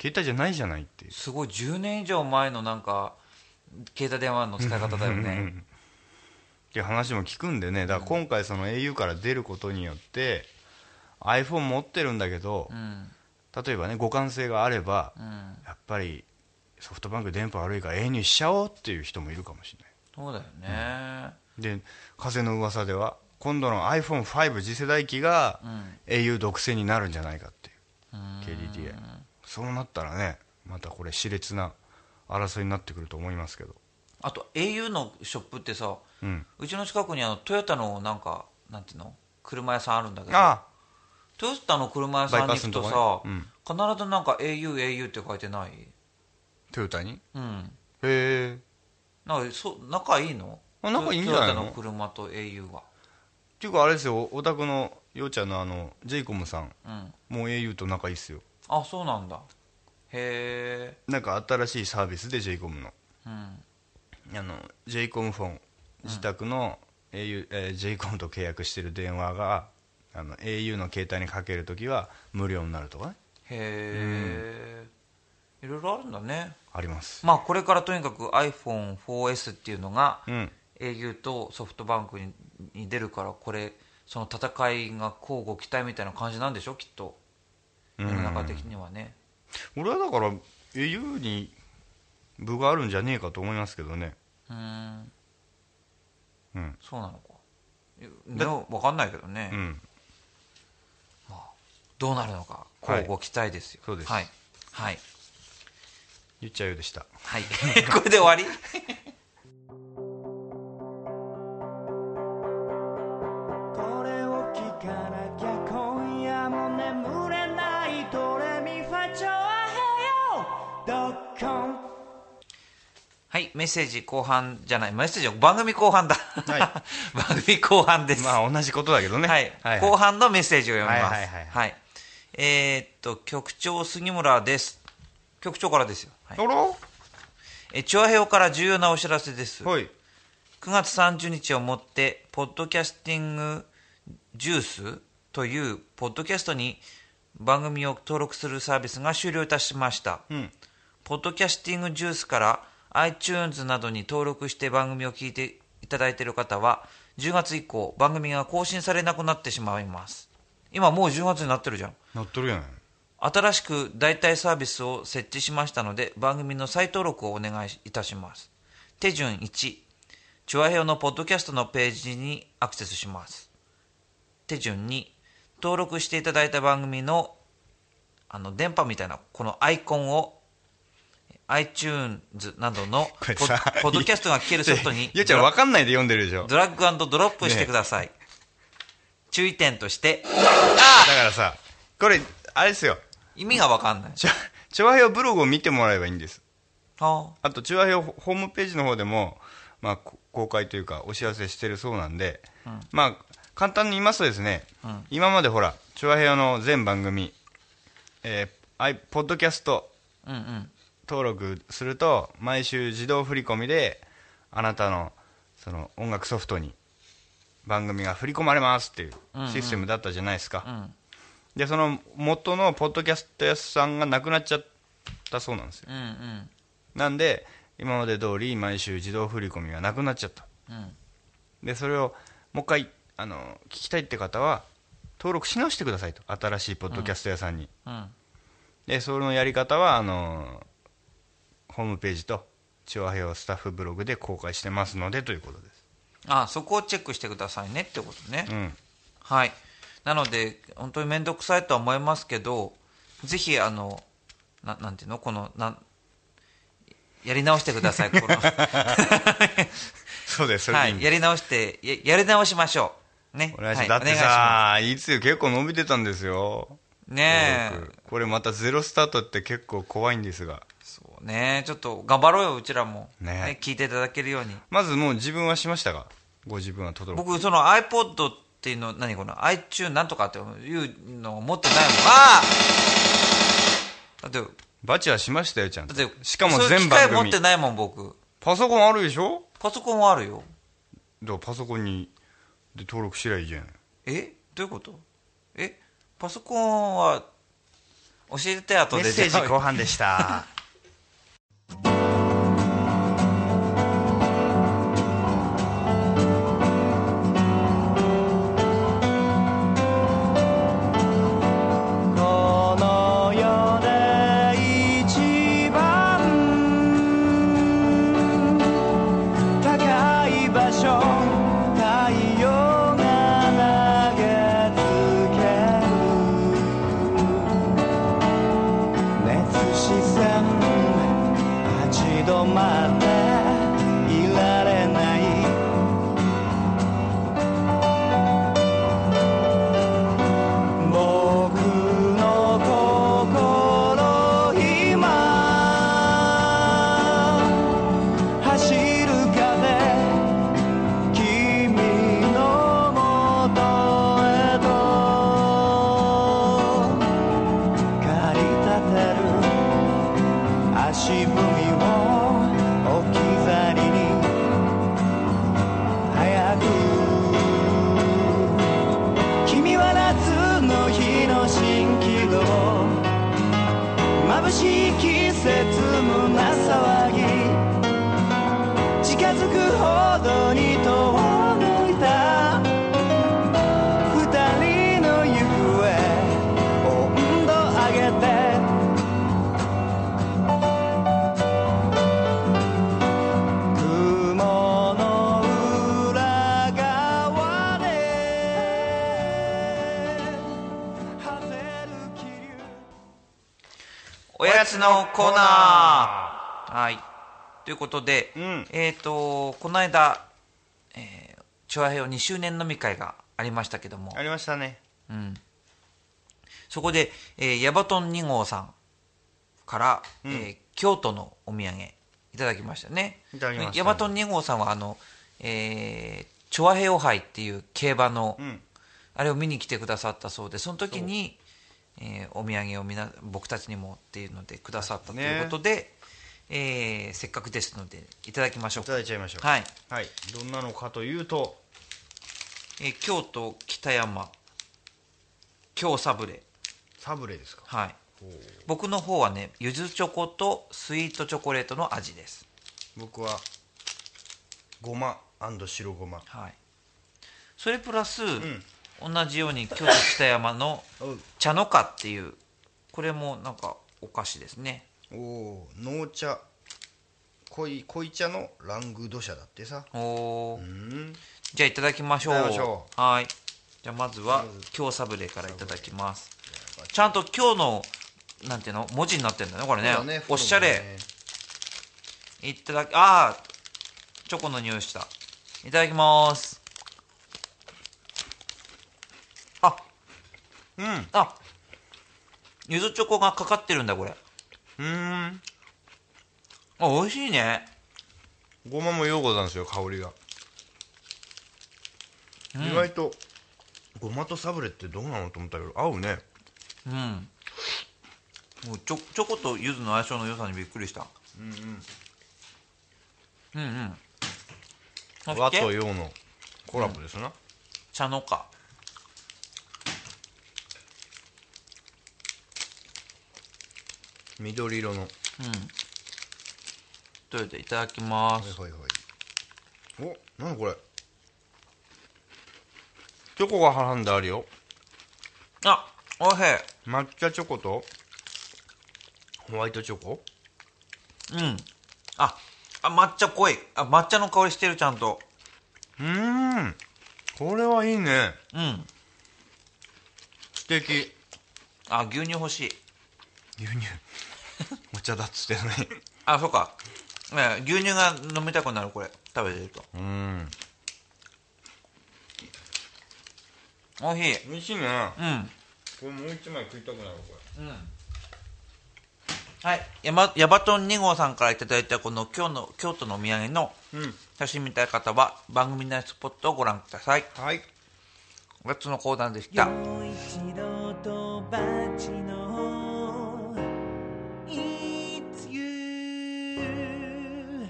Speaker 2: 携帯じゃないじゃないっていう
Speaker 1: すごい10年以上前のなんか携帯電話の使い方だよね
Speaker 2: っていう話も聞くんでねだから今回その au から出ることによって iPhone 持ってるんだけど
Speaker 1: うん
Speaker 2: 例えばね互換性があれば
Speaker 1: うん
Speaker 2: やっぱりソフトバンク電波悪いから au にしちゃおうっていう人もいるかもしれ
Speaker 1: そうだよね
Speaker 2: ないで風の噂では今度の iPhone5 次世代機が
Speaker 1: うん、
Speaker 2: au 独占になるんじゃないかっていう
Speaker 1: うん、
Speaker 2: KDDI そうなったらねまたこれ熾烈な争いになってくると思いますけど
Speaker 1: あと au のショップってさ
Speaker 2: うん
Speaker 1: うちの近くにあのトヨタのなんかなんていうの車屋さんあるんだけど
Speaker 2: あ
Speaker 1: トヨタの車屋さんに行くと
Speaker 2: バ
Speaker 1: さ
Speaker 2: イパスのと、こね
Speaker 1: 必ずなんか auau って書いてない
Speaker 2: トヨタに
Speaker 1: うん
Speaker 2: へえ
Speaker 1: なんかそ仲いいの
Speaker 2: あ仲いいんじゃな
Speaker 1: ト
Speaker 2: いの
Speaker 1: ヨタの車と au は
Speaker 2: っていうかあれですよお宅のようちゃんのあのジェイコムさん
Speaker 1: うん
Speaker 2: もう au と仲いいっすよ
Speaker 1: あそうなんだへえ
Speaker 2: なんか新しいサービスで j イコムの
Speaker 1: うん
Speaker 2: あの j イコムフォン自宅の au、えー、j イコムと契約してる電話があの au の携帯にかけるときは無料になるとかね
Speaker 1: へえ、いろいろあるんだね
Speaker 2: あります
Speaker 1: まあこれからとにかく iPhone4S っていうのが
Speaker 2: うん
Speaker 1: au とソフトバンクにに出るからこれその戦いが交互期待みたいな感じなんでしょきっと
Speaker 2: う
Speaker 1: 世
Speaker 2: ん
Speaker 1: の中的にはね、
Speaker 2: 俺はだから au に部があるんじゃねえかと思いますけどね
Speaker 1: うーん
Speaker 2: うん
Speaker 1: そうなのかでも分かんないけどね、
Speaker 2: うん
Speaker 1: どうなるのか交互期待ですよ、
Speaker 2: そうです
Speaker 1: はいはい、
Speaker 2: 言っちゃうようでした
Speaker 1: はい、 これで終わり
Speaker 3: これを聞かなきゃ今夜も眠れないドレミファチョアヘヨドッコン
Speaker 1: はいメッセージ後半じゃないメッセージは番組後半だ、
Speaker 2: い
Speaker 1: 番組後半です、
Speaker 2: まあ同じことだけどね
Speaker 1: はい、後半のメッセージを読みます。
Speaker 2: は
Speaker 1: はいい
Speaker 2: はいはいはい
Speaker 1: えーっと、局長杉村です。局長からですよ。はい
Speaker 2: あ、ら
Speaker 1: え、チュアヘオから重要なお知らせです。9
Speaker 2: はい
Speaker 1: 月30日をもって、ポッドキャスティングジュースという、ポッドキャストに番組を登録するサービスが終了いたしました。
Speaker 2: うん
Speaker 1: ポッドキャスティングジュースから iTunes などに登録して番組を聞いていただいている方は、10月以降番組が更新されなくなってしまいます。今もう10月になってるじゃん。
Speaker 2: なっとるやん
Speaker 1: 新しく代替サービスを設置しましたので、番組の再登録をお願いいたします。手順1、チュアヘオのポッドキャストのページにアクセスします。手順2、登録していただいた番組の、あの、電波みたいな、このアイコンを、iTunes などの
Speaker 2: これ
Speaker 1: ポ
Speaker 2: さ、
Speaker 1: ッ、ポッドキャストが聞けるソフトに
Speaker 2: ゆうちゃんわかん ないで読んでるでしょだ
Speaker 1: ドラッグドロップしてください。注意点として、
Speaker 2: からさこれあれですよ
Speaker 1: 意味がわかんない。
Speaker 2: ちょチョアヘオブログを見てもらえばいいんです
Speaker 1: あ
Speaker 2: あとチョアヘオホームページの方でも、まあ、こ公開というかお知らせしてるそうなんで、まあ簡単に言いますとですね、
Speaker 1: うん
Speaker 2: 今までほらチョアヘオの全番組えーアイポッドキャスト
Speaker 1: あ、うんうん。
Speaker 2: 登録すると毎週自動振り込みであなたのその音楽ソフトに番組が振り込まれますってい
Speaker 1: うんうん
Speaker 2: うシステムだったじゃないですか、
Speaker 1: うん
Speaker 2: でその元のポッドキャスト屋さんがなくなっちゃったそうなんですよ
Speaker 1: うんうん
Speaker 2: なんで今まで通り毎週自動振り込みがなくなっちゃった
Speaker 1: うん
Speaker 2: でそれをもう一回あの聞きたいって方は登録し直してくださいと新しいポッドキャスト屋さんに、
Speaker 1: うん
Speaker 2: でそのやり方はあのホームページとチワヘオスタッフブログで公開してますのでということです
Speaker 1: あそこをチェックしてくださいねってことね、
Speaker 2: うん
Speaker 1: はいなので本当に面倒くさいとは思いますけどぜひあのななんていうのこのなんやり直してくだ さいこの
Speaker 2: そうですそれ
Speaker 1: は
Speaker 2: でいいん
Speaker 1: い
Speaker 2: で
Speaker 1: やり直してややり直しましょうね
Speaker 2: お願いします、
Speaker 1: はい、
Speaker 2: だって
Speaker 1: お願いしま
Speaker 2: さいつよ結構伸びてたんですよ
Speaker 1: すね
Speaker 2: 登
Speaker 1: え
Speaker 2: 録これまたゼロスタートって結構怖いんですが
Speaker 1: そうねちょっと頑張ろうようちらも、
Speaker 2: ねえ
Speaker 1: 聞いていただけるように
Speaker 2: まずもう自分はしましたがご自分は登録
Speaker 1: 僕その iPod っていうの何この iTune なんとかっていうのを持ってないもんああだって
Speaker 2: バチはしましたよちゃんと
Speaker 1: だって
Speaker 2: しかも
Speaker 1: そういう
Speaker 2: 全
Speaker 1: 機械
Speaker 2: 番
Speaker 1: 持っ
Speaker 2: 組
Speaker 1: てないもん僕
Speaker 2: パソコンあるでしょ
Speaker 1: パソコンはあるよ
Speaker 2: だからパソコンにで登録しりゃいいじゃない
Speaker 1: えどういうことえパソコンは教えて後でじゃあ
Speaker 2: 半でした
Speaker 3: この世で一番高い場所太陽が投げつける熱視線眩しい季節のな騒ぎ近づくほどに遠のいた二人の行方温度上げて雲の裏側ではぜる気流
Speaker 1: おやつのコーナーはい。ということで、
Speaker 2: うん
Speaker 1: えっ、と、この間、えー、チョアヘオ2周年飲み会がありましたけども
Speaker 2: あ、りましたね
Speaker 1: うん。そこで、えー、ヤバトン2号さんから、
Speaker 2: うん
Speaker 1: えー京都のお土産いただきましたね。
Speaker 2: いただきましたね
Speaker 1: ヤバトン2号さんは、あの、えー、チョアヘオ杯っていう競馬の、
Speaker 2: うん
Speaker 1: あれを見に来てくださったそうで、その時に、えーお土産をみな僕たちにもっていうのでくださったということで、えーせっかくですのでいただきましょう
Speaker 2: いただいちゃいましょう
Speaker 1: はい、
Speaker 2: はい、どんなのかというと
Speaker 1: えー京都北山京サブレ
Speaker 2: サブレですか
Speaker 1: はい
Speaker 2: ほう
Speaker 1: 僕の方はねゆずチョコとスイートチョコレートの味です
Speaker 2: 僕はごま白ごま
Speaker 1: はいそれプラス、
Speaker 2: ん
Speaker 1: 同じように京都北山の
Speaker 2: うん
Speaker 1: 茶の花っていうこれもなんかお菓子ですね
Speaker 2: おおー濃茶濃い濃い茶のラングドシャだってさ
Speaker 1: おおー、
Speaker 2: うん
Speaker 1: じゃあいただきましょう。
Speaker 2: いただきましょ
Speaker 1: はい。じゃあまずは
Speaker 2: まず
Speaker 1: 今日サブレからいただきます。ちゃんと今日のなんていうの文字になってんだねこれね。
Speaker 2: そうだ
Speaker 1: おしゃれ。いただきああチョコの匂いした。いただきます。あ
Speaker 2: 袋もね
Speaker 1: あゆずチョコがかかってるんだこれ。
Speaker 2: うんうん
Speaker 1: あ美味しいね。
Speaker 2: ごまもようござんすよ香りが、意外とごまとサブレってどうなのと思ったけど合うね
Speaker 1: うん。もうチョチョコとゆずの相性の良さにびっくりした。うんうん。うんうん。そして
Speaker 2: 和と洋のコラボですな、
Speaker 1: 茶のか
Speaker 2: 緑色のは
Speaker 1: ということでいただきま
Speaker 2: い
Speaker 1: す
Speaker 2: はいはいお何これチョコが挟んであるよ
Speaker 1: あおいし
Speaker 2: 抹茶チョコとホワイトチョコ
Speaker 1: いうんああ抹茶濃いあ抹茶の香りしてるちゃんと
Speaker 2: うーんこれはいいね
Speaker 1: うん
Speaker 2: 素敵
Speaker 1: あ牛乳欲しい
Speaker 2: 牛乳 お茶だっつってね
Speaker 1: あそうか、ね、牛乳が飲みたくなるこれ食べてると
Speaker 2: うん
Speaker 1: おいしい
Speaker 2: 美味しいね
Speaker 1: うん
Speaker 2: これもう一枚食いたくなるこ
Speaker 1: はいヤマヤバトン2号さんからいただいたこの今日の京都のお土産の
Speaker 2: れうん
Speaker 1: 写真見たい方は番組内スポットをご覧ください
Speaker 2: はい
Speaker 1: おやつのコーナーでした
Speaker 3: もう一度とばちの It's you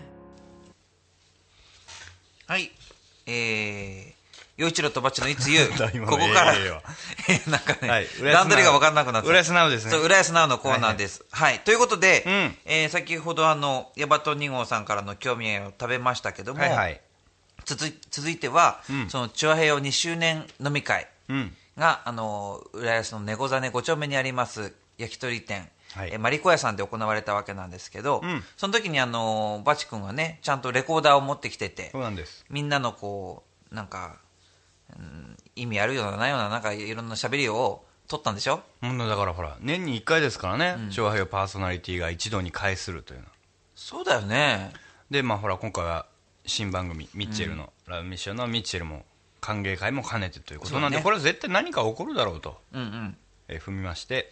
Speaker 1: はい。えー、洋一郎とばっちのいつ ゆ
Speaker 2: だ今の
Speaker 1: ここから、
Speaker 2: ええわ
Speaker 1: えーなんかね、
Speaker 2: はい浦安
Speaker 1: 段取りが分かんなくなっちゃう
Speaker 2: 浦安ナウですね
Speaker 1: そう、浦安ナウのコーナーです。はい、ということで、
Speaker 2: うん
Speaker 1: えー先ほどあの、ヤバト2号さんからの興味を食べましたけども、
Speaker 2: はいはい
Speaker 1: 続い続いては、
Speaker 2: うん
Speaker 1: その、チュアヘヨ2周年飲み会
Speaker 2: うん
Speaker 1: が、あの、浦安の猫座ね5丁目にあります、焼き鳥店。
Speaker 2: はい
Speaker 1: えーマリコ屋さんで行われたわけなんですけど、
Speaker 2: うん
Speaker 1: その時にあのバチ君がねちゃんとレコーダーを持ってきてて
Speaker 2: そうなんです
Speaker 1: みんなのこうなんか、うん、意味あるようなないようななんかいろんな喋りを取ったんでしょ
Speaker 2: もうだからほら年に1回ですからね「勝敗をパーソナリティが一度に会するというのは
Speaker 1: そうだよね
Speaker 2: でまあほら今回は新番組ミッチェルの、ラブミッションのミッチェルも歓迎会も兼ねてということなん
Speaker 1: そう
Speaker 2: で、
Speaker 1: だね
Speaker 2: これは絶対何か起こるだろうと、
Speaker 1: うんうん
Speaker 2: えー踏みまして、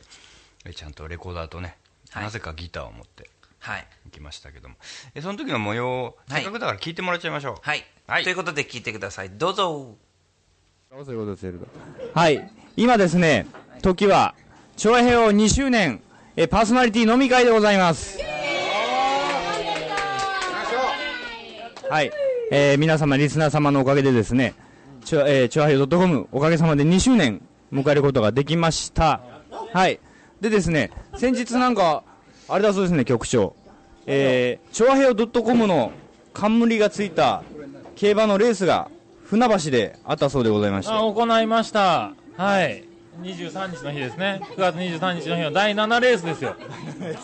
Speaker 2: えーちゃんとレコーダーとね、
Speaker 1: はい
Speaker 2: なぜかギターを持って
Speaker 1: はい
Speaker 2: 行きましたけども、えーその時の模様を
Speaker 1: はい
Speaker 2: せっかくだから聞いてもらっちゃいましょう
Speaker 1: はい、
Speaker 2: はい
Speaker 1: ということで聞いてくださいどうぞ
Speaker 5: はい、今ですね、時は、長平を2周年、えーパーソナリティ飲み会でございます。はい、えー皆様、リスナー様のおかげでですね、ちょえー、チョアヘヨ .com おかげさまで2周年迎えることができました。はい。でですね、先日なんか、あれだそうですね、局長。えー、チョアヘオ .com の冠がついた競馬のレースが船橋であったそうでございまして。
Speaker 6: あ行いました。はい。23日の日ですね。9月23日の日の第7レースですよ。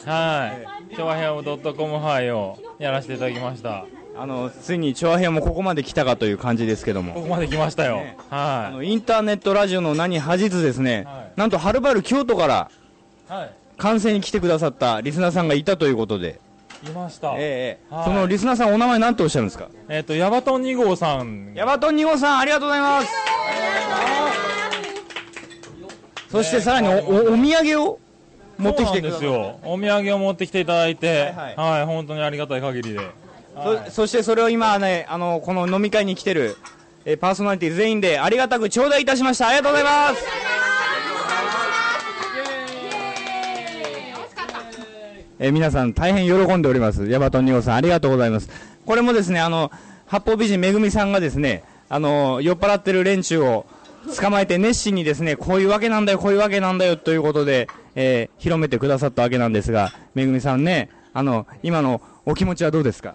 Speaker 6: はい。昭和平和 .com 杯をやらせていただきました。
Speaker 5: あの、ついにチョアヘオもここまで来たかという感じですけども。
Speaker 6: ここまで来ましたよ。
Speaker 5: あ
Speaker 6: は
Speaker 5: のインターネットラジオの名に恥じずですね、
Speaker 6: はい
Speaker 5: なんとはるばる京都から
Speaker 6: い。はい。
Speaker 5: 観戦に来てくださったリスナーさんがいたということで、
Speaker 6: いました。えっ、
Speaker 5: ええええ
Speaker 6: はい
Speaker 5: そのリスナーさんお名前なんておっしゃるんですか
Speaker 6: と、ヤバトン2号さん。
Speaker 5: ヤバトン2号さんありがとうございますそしてさらにおおお土産を持ってきてくださっ
Speaker 6: そうなんですよ。お土産を持ってきていただいて、
Speaker 5: は
Speaker 6: はいい、本当にありがたい限りで。
Speaker 5: そそしてそれを今ね、あの、この飲み会に来てる、えーパーソナリティ全員でありがたく頂戴いたしました。ありがとうございますえー皆さん大変喜んでおります。ヤバトン2号さんありがとうございます。これもですね、あの、八方美人めぐみさんがですね、あの、酔っ払ってる連中を捕まえて熱心にですね、こういうわけなんだよ、こういうわけなんだよということで、えー広めてくださったわけなんですが、めぐみさんね、あの、今のお気持ちはどうですか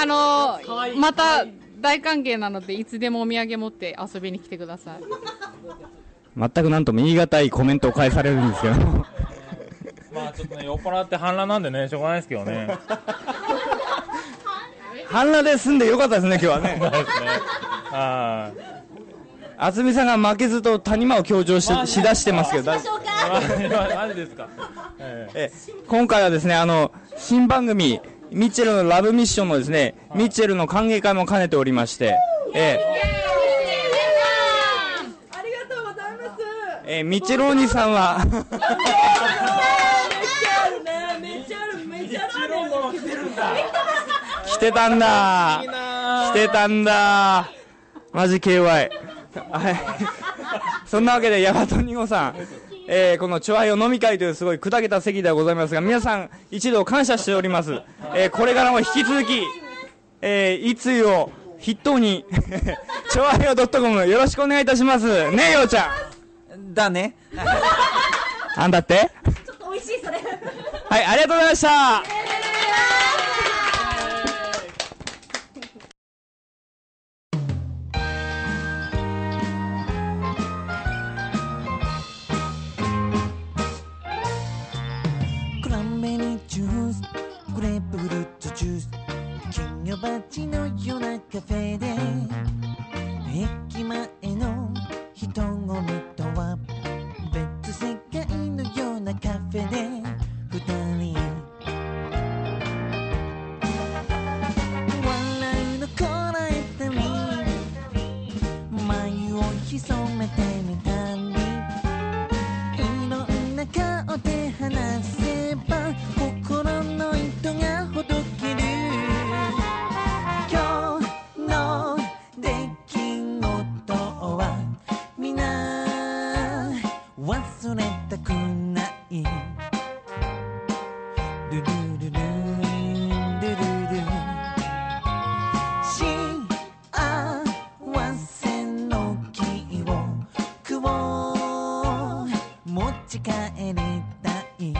Speaker 7: あのーまた大歓迎なのでいつでもお土産持って遊びに来てください
Speaker 5: 全くなんとも言い難いコメントを返されるんですけども
Speaker 6: まあちょっとね、酔っ払って反乱なんでね、しょうがないですけど ね。
Speaker 5: 半裸で済んでよかったですね今日はね
Speaker 6: そうですね。はい。
Speaker 5: 渥美さんが負けずと谷間を強調ししだしてますけどだ
Speaker 6: マジですか。え
Speaker 5: え
Speaker 6: え
Speaker 5: 今回はですねあの新番組「ミッチェルのラブミッション」のですねミッチェルの歓迎会も兼ねておりまして、え
Speaker 8: ありがとうございます。
Speaker 5: ええーミッチェローニさんは
Speaker 8: めっちゃあるね。めっちゃある。めっちゃある。
Speaker 5: 来てたんだ来てたんだマジ KY はいそんなわけでヤマトニゴさん、えーこのチョアヨ飲み会というすごい砕けた席ではございますが皆さん一度感謝しております、えーこれからも引き続き、えー、いつゆを筆頭に チョアヨ .com よろしくお願いいたしますねえようちゃん
Speaker 1: だね。
Speaker 5: あんだって
Speaker 8: ちょっと美味しいそれ。
Speaker 5: はいありがとうございました
Speaker 3: クランベリージュースグレープフルーツジュース金魚鉢のようなカフェで駅前の人混みとは別世界のようなカフェで二人笑いのこらえたり眉を潜めてみたりいろんな顔で話せば心の糸がほどける今日の出来事はみんな忘れたくないルルルルルルルル幸せの木をくを持ち帰りたい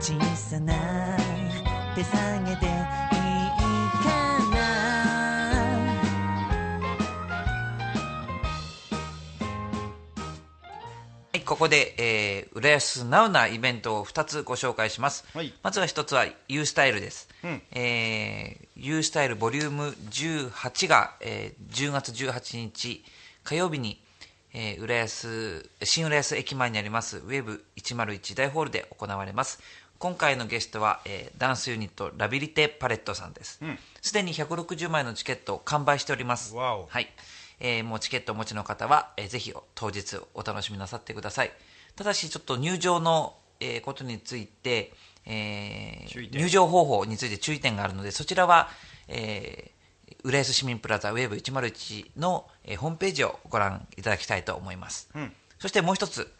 Speaker 3: 小さな手下げでいいかな
Speaker 1: はい、ここで、えー、浦安ナウなイベントを2つご紹介します。
Speaker 2: はい
Speaker 1: まずは1つは U スタイルです。
Speaker 2: うん
Speaker 1: えー、U スタイルボリューム18が、えー、10月18日火曜日に、えー、浦安、新浦安駅前にありますウェブ101大ホールで行われます。今回のゲストは、えー、ダンスユニットラビリテパレットさんです
Speaker 2: ん。
Speaker 1: すで、に160枚のチケットを完売しております。
Speaker 2: わお
Speaker 1: はい。えーもうチケットをお持ちの方は、えーぜひ当日お楽しみなさってください。ただし、ちょっと入場の、えーことについて、えー
Speaker 2: 注意点
Speaker 1: 入場方法について注意点があるので、そちらは、えー浦安市民プラザウェーブ101の、えーホームページをご覧いただきたいと思います。
Speaker 2: ん
Speaker 1: そしてもう一つ、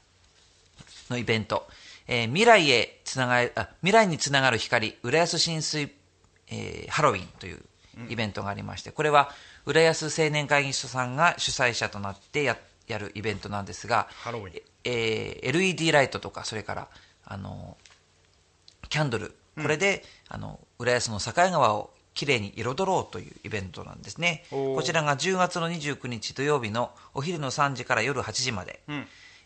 Speaker 1: のイベント、えー未来へつながるあ未来につながる光浦安浸水、えーハロウィンというイベントがありまして、これは浦安青年会議所さんが主催者となってややるイベントなんですが、
Speaker 2: ハロウィン
Speaker 1: えー LED ライトとかそれからあのキャンドルこれで、あの浦安の境川をきれいに彩ろうというイベントなんですね
Speaker 2: おー
Speaker 1: こちらが10月の29日土曜日のお昼の3時から夜8時まで、
Speaker 2: ん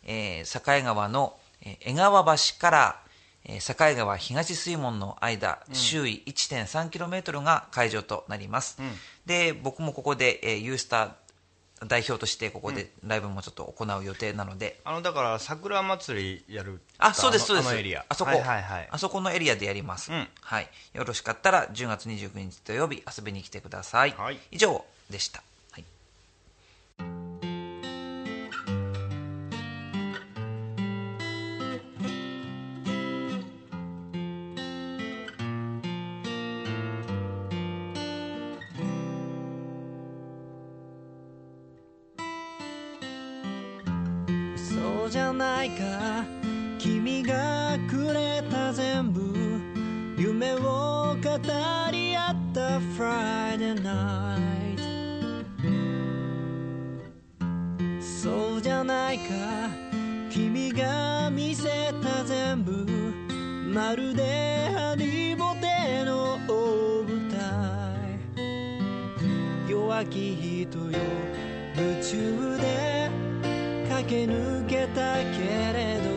Speaker 1: えー境川のえー江川橋からえー境川東水門の間、周囲1 3キロメートルが会場となります、で僕もここで、えーユースター代表としてここでライブもちょっと行う予定なので、
Speaker 2: あのだから桜祭りやる
Speaker 1: あ、そうです、そう
Speaker 2: あ
Speaker 1: で
Speaker 2: の
Speaker 1: す。
Speaker 2: あのエリア
Speaker 1: あそこ、
Speaker 2: はいはいはい
Speaker 1: あそこのエリアでやります。
Speaker 2: うん
Speaker 1: はい。よろしかったら、10月29日土曜日遊びに来てください。
Speaker 2: はい
Speaker 1: 以上でした。はい。
Speaker 3: そうじゃないか君がくれた全部夢を語り合った Friday night そうじゃないか君が見せた全部まるでハリボテの大舞台弱き人よ夢中で駆け抜けたけれど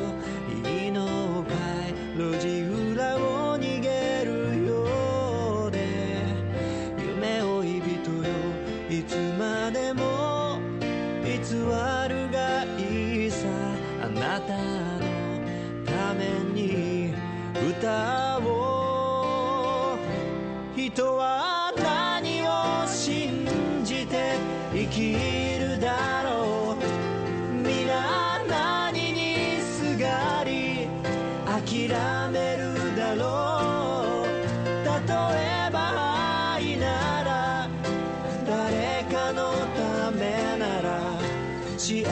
Speaker 3: いいのかい路地裏を逃げるようで夢追い人よいつまでも偽るがいいさあなたのために歌を人は何を信じて生きるだろう皆何にすがり諦めるだろう例えば愛なら誰かのためなら幸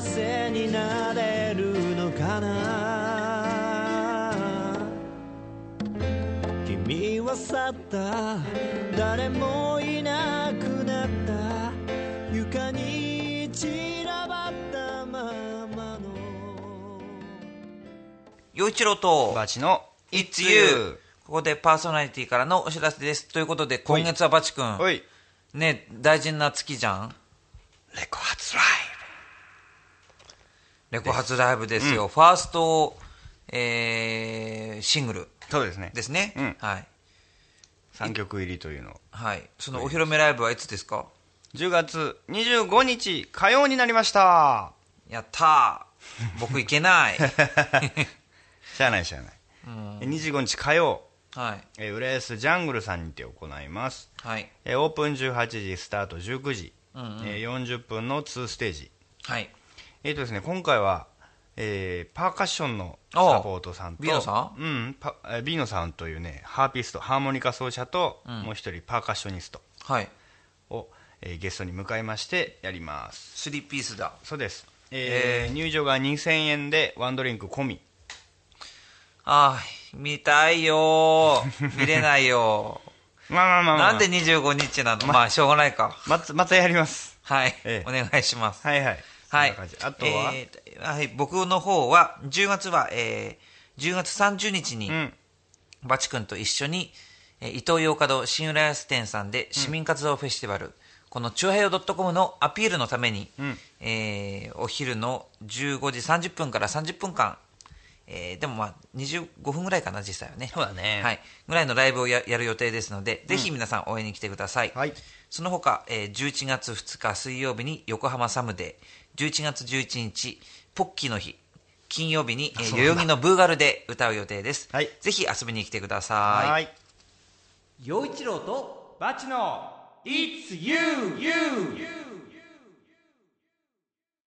Speaker 3: せになれるのかな君は去った誰もいなくなった床に散らばったままの
Speaker 1: 陽一郎と、
Speaker 2: バチの
Speaker 1: It's You! ここでパーソナリティからのお知らせです。ということで、今月はバチ君、
Speaker 2: おい
Speaker 1: ね、大事な月じゃん
Speaker 2: レコ発ライ
Speaker 1: レコ発ライブですよ。ファースト、えー、シングル
Speaker 2: ブそうですね
Speaker 1: ですね。
Speaker 2: うん
Speaker 1: はい。
Speaker 2: 3曲入りというのを
Speaker 1: はい。そのお披露目ライブはいつですか
Speaker 2: 10月25日火曜になり ました
Speaker 1: やったー僕行け ない。
Speaker 2: しゃあないしゃあない、え25日火曜、
Speaker 1: はい。
Speaker 2: えー、浦安ジャングルさんにて行います、
Speaker 1: はい。
Speaker 2: えーオープン18時スタート19時、えー40分の2ステージ
Speaker 1: はい。
Speaker 2: えーとですね、今回は、えーパーカッションのサ
Speaker 1: ああ
Speaker 2: ポートさんと
Speaker 1: ビーノさ
Speaker 2: ん、うん、パえービーノさんというねハーピストハーモニカ奏者と、もう一人パーカッショニスト
Speaker 1: はい。
Speaker 2: を、えーゲストに迎えましてやります
Speaker 1: スリーピースだ。
Speaker 2: そうです、えー入場が2000円でワンドリンク込み
Speaker 1: あー見たいよ ー。見れないよ
Speaker 2: まあま
Speaker 1: ー。
Speaker 2: あまあまあ
Speaker 1: なんで25日なのまあ、しょうがないか。
Speaker 2: まつまたやります
Speaker 1: はい
Speaker 2: え。え
Speaker 1: お願いします。
Speaker 2: はいはい
Speaker 1: はい
Speaker 2: そんな感じあとは、
Speaker 1: えーとはい。僕の方は、10月は、えー、10月30日に、
Speaker 2: うん
Speaker 1: バチ君と一緒に、えー、伊東洋華堂新浦安店さんで市民活動フェスティバル、このチュアヘヨ .com のアピールのために、えーお昼の15時30分から30分間、えーでもまあ25分ぐらいかな実際はね
Speaker 2: そうだね
Speaker 1: はい、ぐらいのライブをややる予定ですのでぜひ皆さん応援に来てください、
Speaker 2: はい
Speaker 1: その他、えー11月2日水曜日に横浜サムデー11月11日ポッキーの日金曜日に、えー代々木のブーガルで歌う予定です、
Speaker 2: はい
Speaker 1: ぜひ遊びに来てください。
Speaker 2: い
Speaker 9: 陽一郎と
Speaker 2: バチの It's you you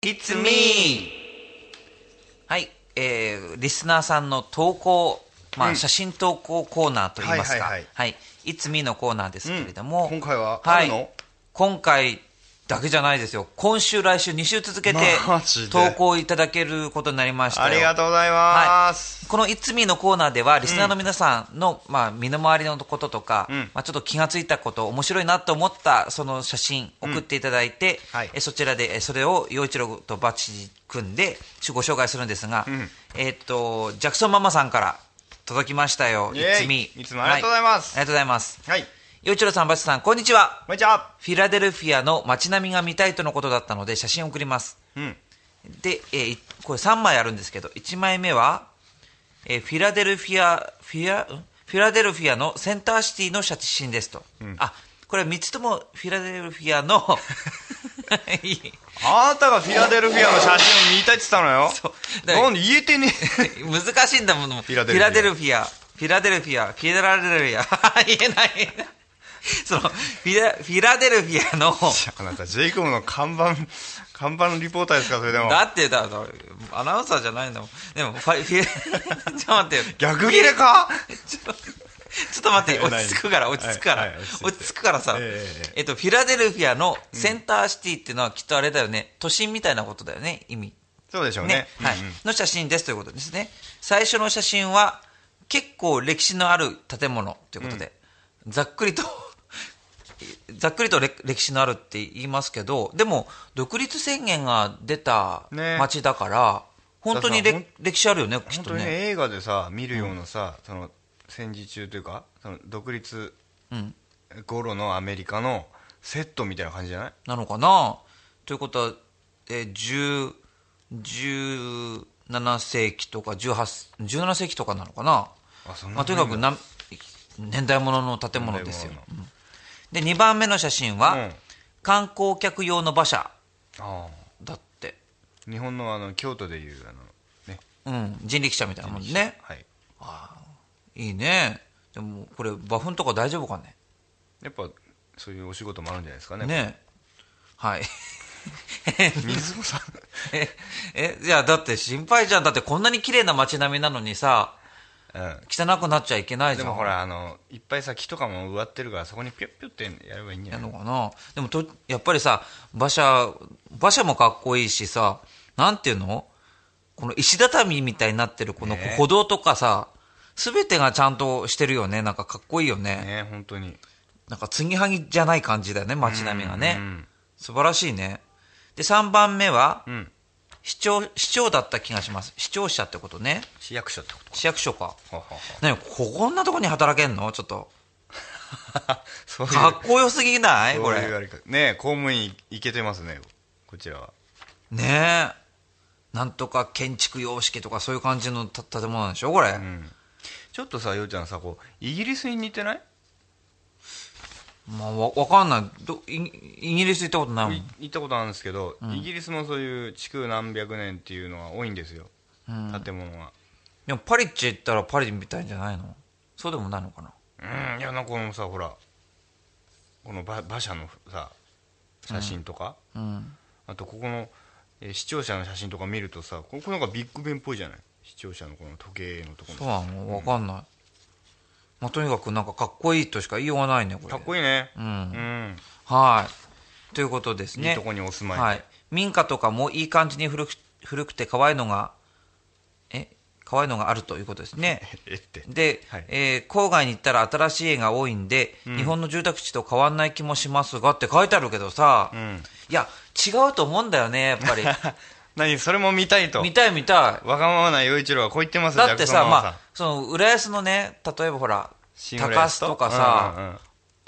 Speaker 1: It's me! はい、えー、リスナーさんの投稿、まあ、
Speaker 2: うん
Speaker 1: 写真投稿コーナーといいますか、
Speaker 2: は
Speaker 1: はいい
Speaker 2: はいはい
Speaker 1: It's me のコーナーですけれども、
Speaker 2: うん今回はあ
Speaker 1: は
Speaker 2: るの
Speaker 1: い、今回、だけじゃないですよ。今週、来週、2週続けて
Speaker 2: マジで
Speaker 1: 投稿いただけることになりましたよ。
Speaker 2: ありがとうございます、
Speaker 1: この「いつみ」のコーナーではリスナーの皆さんの、まあ、身の回りのこととか、
Speaker 2: うん
Speaker 1: まあ、ちょっと気がついたこと面白いなと思ったその写真送っていただいて、
Speaker 2: はい
Speaker 1: えそちらでえそれを陽一郎とバッチ組んでご紹介するんですが、
Speaker 2: ん
Speaker 1: えーっとジャクソンママさんから届きましたよ「
Speaker 2: イ
Speaker 1: い
Speaker 2: エイ
Speaker 1: つみ」
Speaker 2: いつもありがとうございます
Speaker 1: はありがとうございます
Speaker 2: はい
Speaker 1: 陽一郎さんバッチさんこんにちは
Speaker 2: こんにちは
Speaker 1: フィラデルフィアの街並みが見たいとのことだったので写真を送ります
Speaker 2: うん
Speaker 1: で、えーいこれ3枚あるんですけど、1枚目は、えーフィラデルフィア、フィア、んフィラデルフィアのセンターシティの写真ですと。あ、これは3つともフィラデルフィア の、いい
Speaker 2: あなたがフィラデルフィアの写真を見たいって言ったのよ
Speaker 1: そうだから
Speaker 2: なんで言えてねえ
Speaker 1: 難しいんだもの。フ
Speaker 2: ィラデルフィ
Speaker 1: ィラ
Speaker 2: ア
Speaker 1: デルフィア、フィラデルフィア、フィラデルフィア、 言えない。そのフィラ、フィラデルフィアの、
Speaker 2: あなたジェイコムの看板看板のリポーターですかそれでも
Speaker 1: だってだ、だアナウンサーじゃないんだもん。でも、ファ フィちょっと待ってよ。
Speaker 2: 逆切れか
Speaker 1: ちょっと待って、
Speaker 2: え
Speaker 1: 落ち着くから、
Speaker 2: 何
Speaker 1: 落ち着くから、
Speaker 2: はいはい落ち着いて
Speaker 1: 落ち着くからさ、
Speaker 2: え
Speaker 1: え
Speaker 2: え
Speaker 1: っと、フィラデルフィアのセンターシティっていうのはきっとあれだよね、都心みたいなことだよね、意味。
Speaker 2: そうでしょうね
Speaker 1: ね、はい
Speaker 2: うんうん、
Speaker 1: の写真ですということですね。最初の写真は、結構歴史のある建物ということで、ざっくりと、 ざっくりとれ歴史のあるって言いますけど、でも、独立宣言が出た
Speaker 2: ね
Speaker 1: 街だから、本当に
Speaker 2: だから
Speaker 1: れ
Speaker 2: ほ
Speaker 1: 歴史あるよね、きっ
Speaker 2: 本
Speaker 1: と
Speaker 2: 当に
Speaker 1: ね。
Speaker 2: ね映画でさ見るようなさ、その戦時中というかその独立
Speaker 1: うん
Speaker 2: 頃のアメリカのセットみたいな感じじゃない
Speaker 1: なのかなということは、えー10 17世紀とか18 17世紀とかなのかな
Speaker 2: あそんな
Speaker 1: まあ、とにかくな年代物の建物ですよ、うんで2番目の写真は、
Speaker 2: うん
Speaker 1: 観光客用の馬車
Speaker 2: ああ
Speaker 1: だって、
Speaker 2: 日本のあの京都でいうあのね
Speaker 1: うん、人力車みたいなもんね
Speaker 2: はい
Speaker 1: いいねでもこれ馬粉とか大丈夫かね
Speaker 2: やっぱそういうお仕事もあるんじゃないですかね
Speaker 1: ねはい
Speaker 2: 水野さん
Speaker 1: ええいやだって心配じゃんだってこんなに綺麗な街並みなのにさ
Speaker 2: うん
Speaker 1: 汚くなっちゃいけないじ
Speaker 2: で
Speaker 1: ゃん
Speaker 2: もほらあのいっぱいさ木とかも植わってるからそこにピュッピュッってやればいいんじゃ
Speaker 1: や
Speaker 2: ない
Speaker 1: んの
Speaker 2: の
Speaker 1: かなでもとやっぱりさ馬車馬車もかっこいいしさなんていうのこの石畳みたいになってるこの
Speaker 2: ね
Speaker 1: 歩道とかさ、全てがちゃんとしてるよねなんかかっこいいよね
Speaker 2: ね本当に
Speaker 1: なんか継ぎはぎじゃない感じだよね街並みがね、
Speaker 2: うんうん
Speaker 1: 素晴らしいねで3番目は、
Speaker 2: うん
Speaker 1: 市長市長だった気がします市庁舎ってことね
Speaker 2: 市役所ってこと
Speaker 1: 市役所か
Speaker 2: かははは
Speaker 1: ねここんなとこに働けんのちょっと
Speaker 2: そういう
Speaker 1: かっこよすぎない
Speaker 2: そう
Speaker 1: これ
Speaker 2: いうあれかね公務員いけてますねこちらは
Speaker 1: ねえなんとか建築様式とかそういう感じのた建物なんでしょこれ、
Speaker 2: うんちょっとさようちゃんさこうイギリスに似てない
Speaker 1: まあ、わわかんないどイイギリス行ったことないもん、
Speaker 2: い行ったことあるんですけど、イギリスもそういう築何百年っていうのは多いんですよ、建物は
Speaker 1: でもパリっち行ったらパリみたいじゃないのそうでもないのかな
Speaker 2: うんいやなんかこのさほらこの馬馬車のさ写真とか、
Speaker 1: うん
Speaker 2: あとここの、えー視聴者の写真とか見るとさここなんかビッグベンっぽいじゃない視聴者のこの時計のとこ
Speaker 1: そう
Speaker 2: ろ
Speaker 1: なのわかんない、まあ、とにかくなんかかっこいいとしか言いようがないねこれ
Speaker 2: かっこいいね
Speaker 1: うん
Speaker 2: うん、
Speaker 1: はいということですね
Speaker 2: いいとこにお住まいで、
Speaker 1: はい、民家とかもいい感じに古く古くて可愛いのがえ可愛いのがあるということですね
Speaker 2: えって
Speaker 1: で、
Speaker 2: はい
Speaker 1: えー郊外に行ったら新しい家が多いんで、日本の住宅地と変わんない気もしますがって書いてあるけどさ、
Speaker 2: ん
Speaker 1: いや違うと思うんだよねやっぱ り
Speaker 2: 何それも見たいと
Speaker 1: 見たい見 たい
Speaker 2: わがままな陽一郎はこう言ってますよ
Speaker 1: だって
Speaker 2: ジャ
Speaker 1: さ
Speaker 2: クソンママ
Speaker 1: まあその浦安のね例えばほら
Speaker 2: 新浦
Speaker 1: 高
Speaker 2: 安
Speaker 1: 須とかさ、
Speaker 2: うんうんうん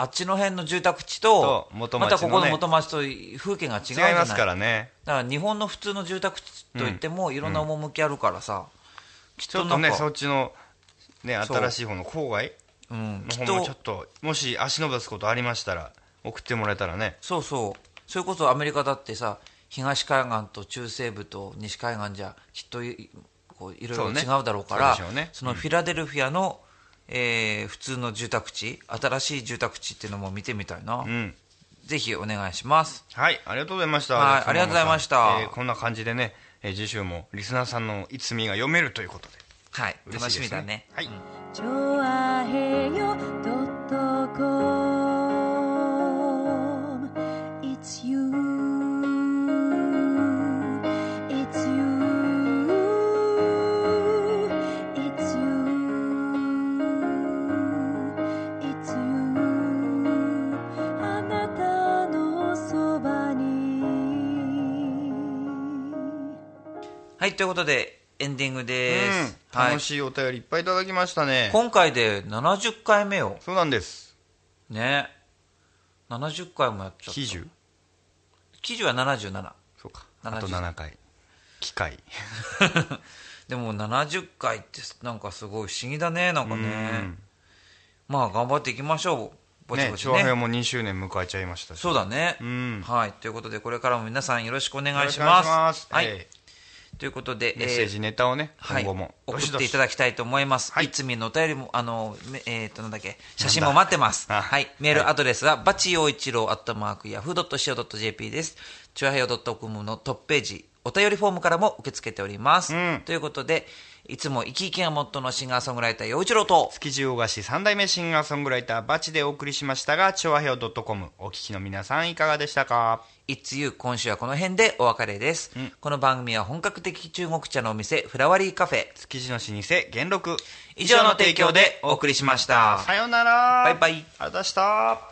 Speaker 1: あっちの辺の住宅地と
Speaker 2: そう元町の
Speaker 1: またここ
Speaker 2: ね
Speaker 1: の元町と風景が違うじゃな
Speaker 2: 違
Speaker 1: い
Speaker 2: いますからね
Speaker 1: だから日本の普通の住宅地といってもいろんな趣あるからさ、きっ
Speaker 2: ちょ
Speaker 1: と
Speaker 2: っ
Speaker 1: な
Speaker 2: と
Speaker 1: んか
Speaker 2: ねそっちのね
Speaker 1: そう
Speaker 2: 新しい方の郊外
Speaker 1: うん、き
Speaker 2: の
Speaker 1: っ
Speaker 2: 方も
Speaker 1: と
Speaker 2: ちょっともし足伸ばすことありましたら送ってもらえたらね
Speaker 1: そうそうそれこそアメリカだってさ東海岸と中西部と西海岸じゃきっといこういろいろ
Speaker 2: そうね
Speaker 1: 違うだろうから
Speaker 2: そうでしょうね
Speaker 1: のフィラデルフィアの、えー普通の住宅地新しい住宅地っていうのも見てみたいな、
Speaker 2: うん
Speaker 1: ぜひお願いします
Speaker 2: はいありがとうございました
Speaker 1: はい
Speaker 2: ジャクソンママさん
Speaker 1: ありがとうございました
Speaker 2: えーこんな感じでねえー次週もリスナーさんのいつみが読めるということで
Speaker 1: はい
Speaker 2: 嬉
Speaker 1: 楽
Speaker 2: し
Speaker 1: し
Speaker 2: いで
Speaker 1: み
Speaker 2: すね
Speaker 1: だね
Speaker 2: はい
Speaker 8: ちょあへよ .com It's you
Speaker 1: はい、ということで、エンディングです。
Speaker 2: うん、
Speaker 1: はい
Speaker 2: 楽。しいお便りいっぱいいただきましたね、
Speaker 1: 今回で70回目を、
Speaker 2: そうなんです
Speaker 1: ね。70回もやっちゃった。
Speaker 2: 喜寿
Speaker 1: 喜寿は77。
Speaker 2: そうか
Speaker 1: 70
Speaker 2: あと7回機械
Speaker 1: でも70回ってなんかすごい不思議だね、なんかね。まあ頑張っていきましょう。ぼち
Speaker 2: ね
Speaker 1: ぼち
Speaker 2: 長編
Speaker 1: ね。
Speaker 2: も2周年迎えちゃいましたし
Speaker 1: そうだね
Speaker 2: う。ん
Speaker 1: はい。ということで、これからも皆さんよろしくお願
Speaker 2: お願
Speaker 1: い
Speaker 2: いし
Speaker 1: しま。
Speaker 2: ますす
Speaker 1: はい、
Speaker 2: え
Speaker 1: ということで、
Speaker 2: ーメッセージネタをね、
Speaker 1: はい、
Speaker 2: 今後も
Speaker 1: 送
Speaker 2: どし
Speaker 1: っ
Speaker 2: ど
Speaker 1: て
Speaker 2: し
Speaker 1: いただきたいと思います。
Speaker 2: はい
Speaker 1: い、つみのお便りも、あの、めえっ、と、なんだっけ、写真も待ってます。
Speaker 2: あ
Speaker 1: はい、メールアドレスは、バチ陽一郎アットマークヤフー .co.jp です。チュアヘヨ .com のトップページ、お便りフォームからも受け付けております。
Speaker 2: うん
Speaker 1: ということで、いつも生き生きがモットーのシンガーソングライター陽一郎と、
Speaker 2: 築地大菓子3代目シンガーソングライターバチでお送りしましたが調和表 .com お聞きの皆さんいかがでしたか
Speaker 1: It's You 今週はこの辺でお別れです。この番組は本格的中国茶のお店、フラワリーカフェ。
Speaker 2: 築地の老舗元禄
Speaker 1: 以上の提供でお送りしました。
Speaker 2: さよなら
Speaker 1: バイバイ
Speaker 2: ありがとうございました